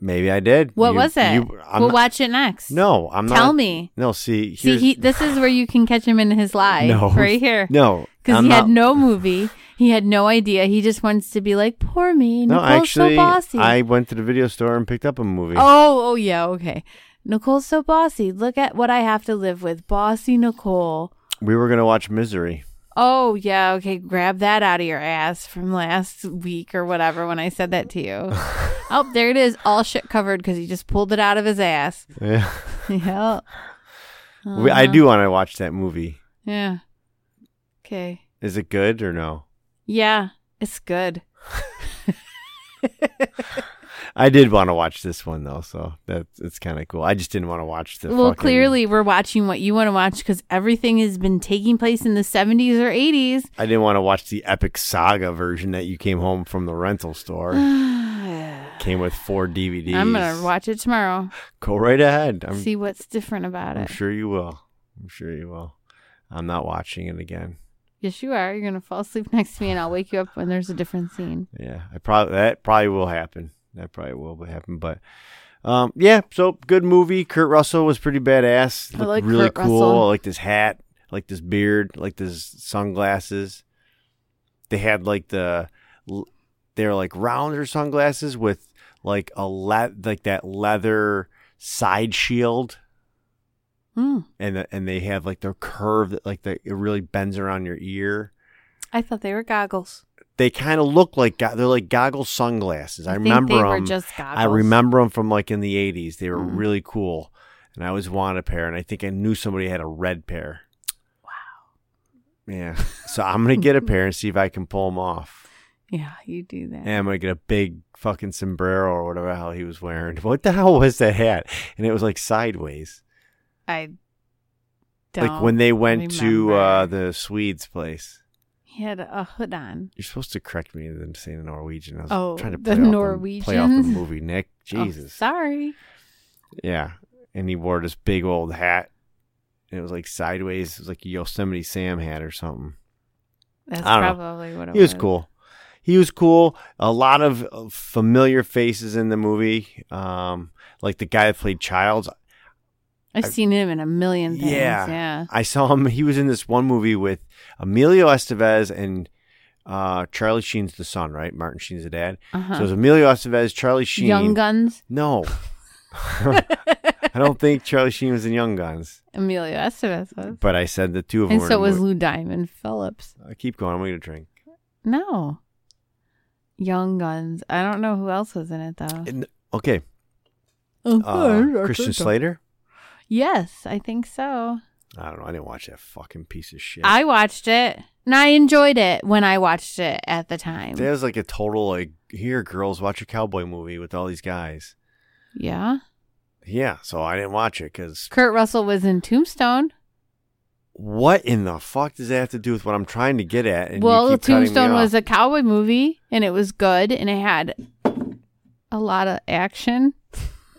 Speaker 5: Maybe I did.
Speaker 6: What
Speaker 5: You-
Speaker 6: was it?
Speaker 5: You, I'm
Speaker 6: we'll
Speaker 5: not-
Speaker 6: watch it next.
Speaker 5: No, I'm not.
Speaker 6: Tell me.
Speaker 5: No, see.
Speaker 6: See,
Speaker 5: Here's,
Speaker 6: he, this is where you can catch him in his lie.
Speaker 5: No.
Speaker 6: Right here.
Speaker 5: No.
Speaker 6: Because
Speaker 5: I'm
Speaker 6: he had
Speaker 5: not-
Speaker 6: no movie. He had no idea. He just wants to be like, poor me.
Speaker 5: No,
Speaker 6: Nicole's
Speaker 5: actually,
Speaker 6: so bossy.
Speaker 5: I went to the video store and picked up a movie.
Speaker 6: Oh, oh, yeah. Okay. Nicole's so bossy. Look at what I have to live with. Bossy Nicole.
Speaker 5: We were going to watch Misery.
Speaker 6: Oh, yeah. Okay. Grab that out of your ass from last week or whatever when I said that to you. oh, there it is. All shit covered because he just pulled it out of his ass.
Speaker 5: Yeah.
Speaker 6: yeah.
Speaker 5: We-
Speaker 6: Uh-huh.
Speaker 5: I do want to watch that movie.
Speaker 6: Yeah. Okay.
Speaker 5: Is it good or no?
Speaker 6: Yeah. It's good.
Speaker 5: I did want to watch this one though, so that's it's kind of cool. I just didn't want to watch the.
Speaker 6: well
Speaker 5: fucking-
Speaker 6: clearly we're watching what you want to watch because everything has been taking place in the 70s or 80s
Speaker 5: I didn't want to watch the epic saga version that you came home from the rental store. came with four DVDs.
Speaker 6: i'm gonna watch it tomorrow
Speaker 5: Go right ahead. I'm,
Speaker 6: see what's different about
Speaker 5: I'm
Speaker 6: it
Speaker 5: sure you will. I'm sure you will. I'm not watching it again.
Speaker 6: yes you are you're gonna fall asleep next to me and i'll wake you up when there's a different scene
Speaker 5: Yeah, I probably that probably will happen. That probably will happen, but. Um, yeah, so good movie. Kurt Russell was pretty badass.
Speaker 6: I
Speaker 5: Looked
Speaker 6: like
Speaker 5: really
Speaker 6: Kurt
Speaker 5: cool.
Speaker 6: Russell.
Speaker 5: I liked his hat, I liked his beard, I liked his sunglasses. They had like the they're like rounder sunglasses with like a le- like that leather side shield
Speaker 6: Hmm.
Speaker 5: and the, and they have like their curve that like the, it really bends around your ear.
Speaker 6: i thought they were goggles
Speaker 5: They kind of look like go- they're like goggle sunglasses. I,
Speaker 6: I think
Speaker 5: remember
Speaker 6: they were
Speaker 5: them.
Speaker 6: just
Speaker 5: I
Speaker 6: goggles.
Speaker 5: remember them from like in the eighties. They were
Speaker 6: Mm.
Speaker 5: really cool, and I always wanted a pair. And I think I knew somebody had a red pair. Wow. Yeah. So I'm gonna get a pair and see if I can pull them off.
Speaker 6: Yeah, you do that.
Speaker 5: And I'm gonna get a big fucking sombrero or whatever the hell he was wearing. What the hell was that hat? And it was like sideways.
Speaker 6: I don't
Speaker 5: like when they went to
Speaker 6: remember.
Speaker 5: uh, the Swedes place.
Speaker 6: he had a hood on.
Speaker 5: You're supposed to correct me than saying Norwegian. I was
Speaker 6: Oh,
Speaker 5: trying to
Speaker 6: the
Speaker 5: play off the, play off the
Speaker 6: Norwegians?
Speaker 5: movie, Nick.
Speaker 6: Oh,
Speaker 5: Jesus.
Speaker 6: sorry.
Speaker 5: Yeah. And he wore this big old hat. And it was like sideways. It was like a Yosemite Sam hat or something.
Speaker 6: That's
Speaker 5: I don't know.
Speaker 6: probably what it
Speaker 5: He was cool. He was cool. A lot of uh, familiar faces in the movie. Um, like the guy that played Childs.
Speaker 6: I've
Speaker 5: I-
Speaker 6: seen him in a million things. Yeah.
Speaker 5: I saw him. He was in this one movie with Emilio Estevez and uh, Charlie Sheen's the son, right? Martin Sheen's the dad.
Speaker 6: Uh-huh.
Speaker 5: So it was Emilio Estevez, Charlie Sheen.
Speaker 6: Young Guns.
Speaker 5: No. I don't think Charlie Sheen was in Young Guns,
Speaker 6: Emilio Estevez was.
Speaker 5: but I said the two of them.
Speaker 6: And
Speaker 5: were in
Speaker 6: so
Speaker 5: the
Speaker 6: was
Speaker 5: movie.
Speaker 6: Lou Diamond Phillips.
Speaker 5: I keep going. I'm going to drink.
Speaker 6: No. Young Guns. I don't know who else was in it though.
Speaker 5: And- okay.
Speaker 6: Of
Speaker 5: Uh,
Speaker 6: course.
Speaker 5: Christian Slater.
Speaker 6: Yes, I think so.
Speaker 5: I don't know. I didn't watch that fucking piece of shit.
Speaker 6: I watched it and I enjoyed it when I watched it at the time.
Speaker 5: That was like a total like here, girls, watch a cowboy movie with all these guys.
Speaker 6: yeah.
Speaker 5: Yeah, so I didn't watch it because
Speaker 6: Kurt Russell was in Tombstone.
Speaker 5: what in the fuck does that have to do with what I'm trying to get at? And you
Speaker 6: well,
Speaker 5: keep cutting me
Speaker 6: Tombstone was
Speaker 5: off.
Speaker 6: a cowboy movie and it was good and it had a lot of action.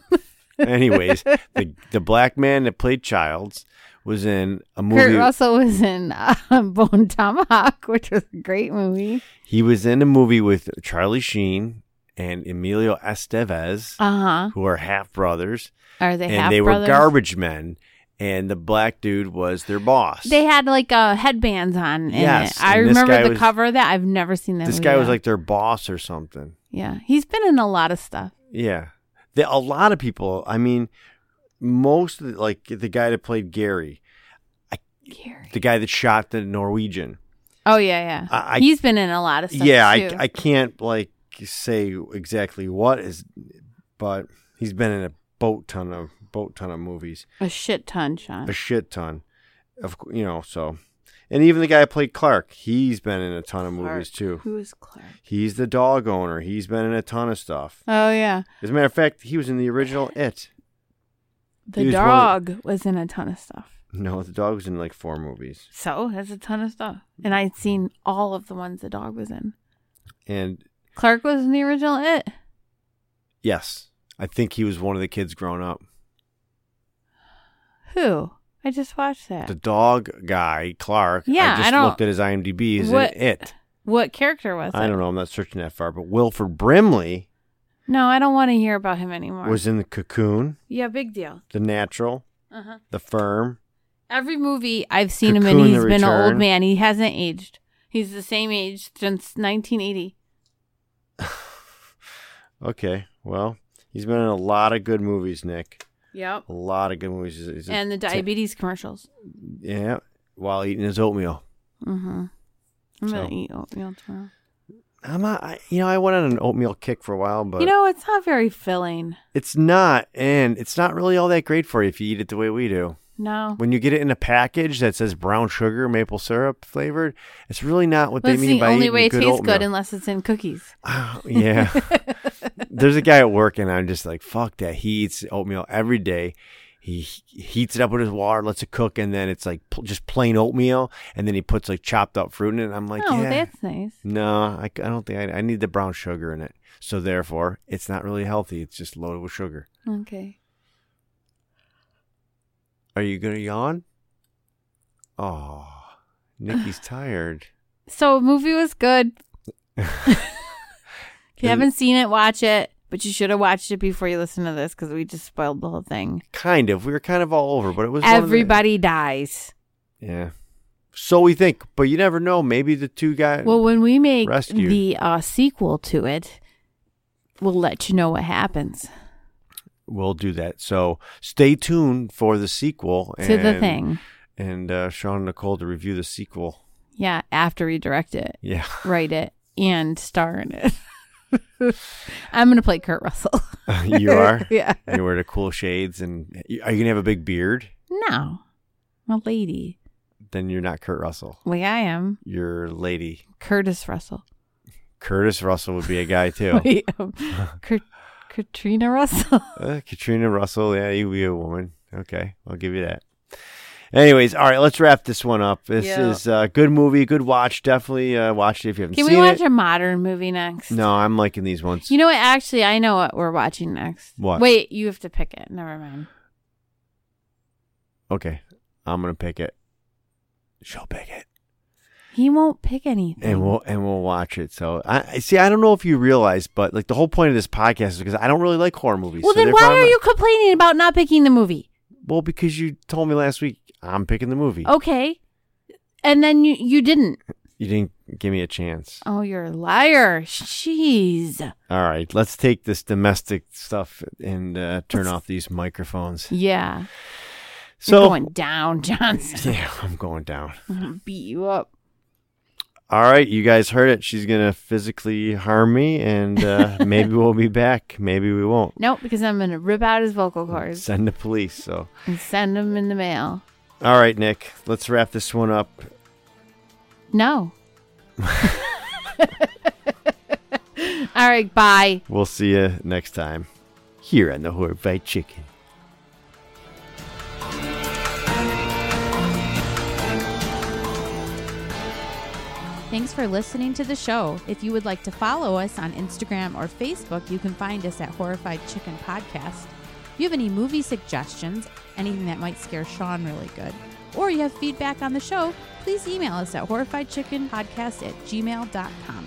Speaker 5: Anyways, the the black man that played Childs was in a movie.
Speaker 6: Kurt Russell was in uh, Bone Tomahawk, which was a great movie.
Speaker 5: He was in a movie with Charlie Sheen and Emilio Estevez,
Speaker 6: Uh huh.
Speaker 5: who are half brothers,
Speaker 6: Are they half
Speaker 5: and they were
Speaker 6: brothers?
Speaker 5: garbage men, and the black dude was their boss.
Speaker 6: They had like uh, headbands on. In
Speaker 5: Yes,
Speaker 6: it. I
Speaker 5: and this guy
Speaker 6: remember the
Speaker 5: was-
Speaker 6: cover of that. I've never seen that.
Speaker 5: this
Speaker 6: movie,
Speaker 5: guy was
Speaker 6: though.
Speaker 5: like their boss or something.
Speaker 6: yeah, he's been in a lot of stuff.
Speaker 5: Yeah, the, a lot of people. I mean, most of the, like the guy that played Gary,
Speaker 6: Gary.
Speaker 5: the guy that shot the Norwegian.
Speaker 6: Oh yeah, yeah.
Speaker 5: I- I-
Speaker 6: he's been in a lot of stuff.
Speaker 5: yeah, I,
Speaker 6: too.
Speaker 5: I can't like say exactly what is, but he's been in a boat ton of boat ton of movies,
Speaker 6: a shit ton, Sean.
Speaker 5: a shit ton, of cou- you know. So, and even the guy who played Clark, he's been in a ton of movies too.
Speaker 6: Who is Clark?
Speaker 5: He's the dog owner. He's been in a ton of stuff.
Speaker 6: Oh yeah,
Speaker 5: As a matter of fact, he was in the original It.
Speaker 6: the
Speaker 5: He was one of
Speaker 6: dog was in a ton of stuff.
Speaker 5: No, the dog was in like four movies,
Speaker 6: So that's a ton of stuff, and I'd seen all of the ones the dog was in.
Speaker 5: and
Speaker 6: Clark was in the original It.
Speaker 5: yes, I think he was one of the kids growing up.
Speaker 6: Who? I just watched that.
Speaker 5: The dog guy, Clark.
Speaker 6: Yeah,
Speaker 5: I
Speaker 6: I
Speaker 5: just
Speaker 6: don't-
Speaker 5: looked at his IMDb. He's
Speaker 6: What-
Speaker 5: in It.
Speaker 6: What character was
Speaker 5: I
Speaker 6: it?
Speaker 5: don't know. I'm not searching that far, but Wilford Brimley
Speaker 6: No, I don't want to hear about him anymore.
Speaker 5: was in the Cocoon,
Speaker 6: yeah, big deal.
Speaker 5: The Natural,
Speaker 6: Uh-huh.
Speaker 5: The Firm.
Speaker 6: Every movie I've seen him in,
Speaker 5: Cocoon,
Speaker 6: he's
Speaker 5: The
Speaker 6: been an old
Speaker 5: Return.
Speaker 6: man. He hasn't aged. He's the same age since 1980.
Speaker 5: Okay, well, he's been in a lot of good movies, Nick.
Speaker 6: Yep.
Speaker 5: A lot of good movies. He's- he's a
Speaker 6: And the
Speaker 5: ta-
Speaker 6: diabetes commercials.
Speaker 5: yeah, while eating his oatmeal.
Speaker 6: Mm-hmm. I'm
Speaker 5: So-
Speaker 6: gonna eat oatmeal tomorrow.
Speaker 5: I'm not, I, you know, I went on an oatmeal kick for a while, but
Speaker 6: you know, it's not very filling.
Speaker 5: it's not, and it's not really all that great for you if you eat it the way we do.
Speaker 6: No.
Speaker 5: When you get it in a package that says brown sugar, maple syrup flavored, it's really not what
Speaker 6: Well,
Speaker 5: they
Speaker 6: it's
Speaker 5: mean
Speaker 6: the
Speaker 5: by
Speaker 6: only
Speaker 5: eating
Speaker 6: way it
Speaker 5: good
Speaker 6: tastes
Speaker 5: oatmeal.
Speaker 6: good unless it's in cookies.
Speaker 5: Oh, yeah. There's a guy at work, and I'm just like, fuck that. He eats oatmeal every day. He he heats it up with his water, lets it cook, and then it's like pl- just plain oatmeal. And then he puts like chopped up fruit in it. And I'm like,
Speaker 6: oh,
Speaker 5: yeah.
Speaker 6: that's nice.
Speaker 5: No, I, c- I don't think I, I need the brown sugar in it. So therefore, it's not really healthy. It's just loaded with sugar.
Speaker 6: Okay.
Speaker 5: Are you going to yawn? Oh, Nikki's tired.
Speaker 6: So movie was good. if you
Speaker 5: Is-
Speaker 6: haven't seen it, watch it. But you should have watched it before you listen to this because we just spoiled the whole thing.
Speaker 5: Kind of. We were kind of all over, but it was one of the-
Speaker 6: Everybody dies.
Speaker 5: yeah. So we think, but you never know. Maybe the two guys.
Speaker 6: Well, when we make
Speaker 5: Rescued.
Speaker 6: the uh, sequel to it, we'll let you know what happens
Speaker 5: we'll do that. So stay tuned for the sequel
Speaker 6: to the thing.
Speaker 5: and uh, Sean and Nicole to review the sequel.
Speaker 6: Yeah, after we direct it,
Speaker 5: Yeah,
Speaker 6: write it, and star in it. I'm gonna play Kurt Russell.
Speaker 5: you are.
Speaker 6: yeah.
Speaker 5: You wear the cool shades, and are you gonna have a big beard?
Speaker 6: No, I'm a lady.
Speaker 5: Then you're not Kurt Russell.
Speaker 6: Like I am
Speaker 5: You're lady
Speaker 6: Curtis Russell.
Speaker 5: Curtis Russell would be a guy too.
Speaker 6: Wait, um, Kat- Katrina Russell.
Speaker 5: Uh, Katrina Russell, yeah, you be a woman. Okay, I'll give you that. Anyways, all right, let's wrap this one up. This
Speaker 6: Yeah.
Speaker 5: is a good movie, good watch. Definitely uh, watch it if you haven't
Speaker 6: Can
Speaker 5: seen
Speaker 6: we watch
Speaker 5: it.
Speaker 6: a modern movie next?
Speaker 5: No, I'm liking these ones.
Speaker 6: You know what? Actually, I know what we're watching next.
Speaker 5: What?
Speaker 6: Wait, you have to pick it. Never mind.
Speaker 5: okay, I'm gonna pick it. She'll pick it,
Speaker 6: He won't pick anything.
Speaker 5: and we'll and we'll watch it. So I I- see. I don't know if you realize, but like the whole point of this podcast is because I don't really like horror movies.
Speaker 6: well,
Speaker 5: so
Speaker 6: then
Speaker 5: therefore
Speaker 6: why
Speaker 5: I'm
Speaker 6: are
Speaker 5: not-
Speaker 6: you complaining about not picking the movie?
Speaker 5: Well, because you told me last week I'm picking the movie.
Speaker 6: Okay. And then you, you didn't.
Speaker 5: You didn't give me a chance.
Speaker 6: Oh, you're a liar. Jeez.
Speaker 5: All right, let's take this domestic stuff and uh, turn off these microphones.
Speaker 6: Yeah. you're
Speaker 5: So
Speaker 6: going down, Johnson.
Speaker 5: yeah, I'm going down.
Speaker 6: I'm gonna beat you up.
Speaker 5: All right, you guys heard it. She's gonna physically harm me, and uh, maybe we'll be back. Maybe we won't.
Speaker 6: Nope, because I'm gonna rip out his vocal cords
Speaker 5: Send the police. So
Speaker 6: and send him in the mail.
Speaker 5: all right, Nick, let's wrap this one up.
Speaker 6: No. All right, bye.
Speaker 5: We'll see you next time here on the Horror Fight Chicken.
Speaker 4: Thanks for listening to the show. If you would like to follow us on Instagram or Facebook, you can find us at Horrified Chicken Podcast. If you have any movie suggestions, anything that might scare Sean really good, or you have feedback on the show, please email us at horrifiedchickenpodcast at gmail.com.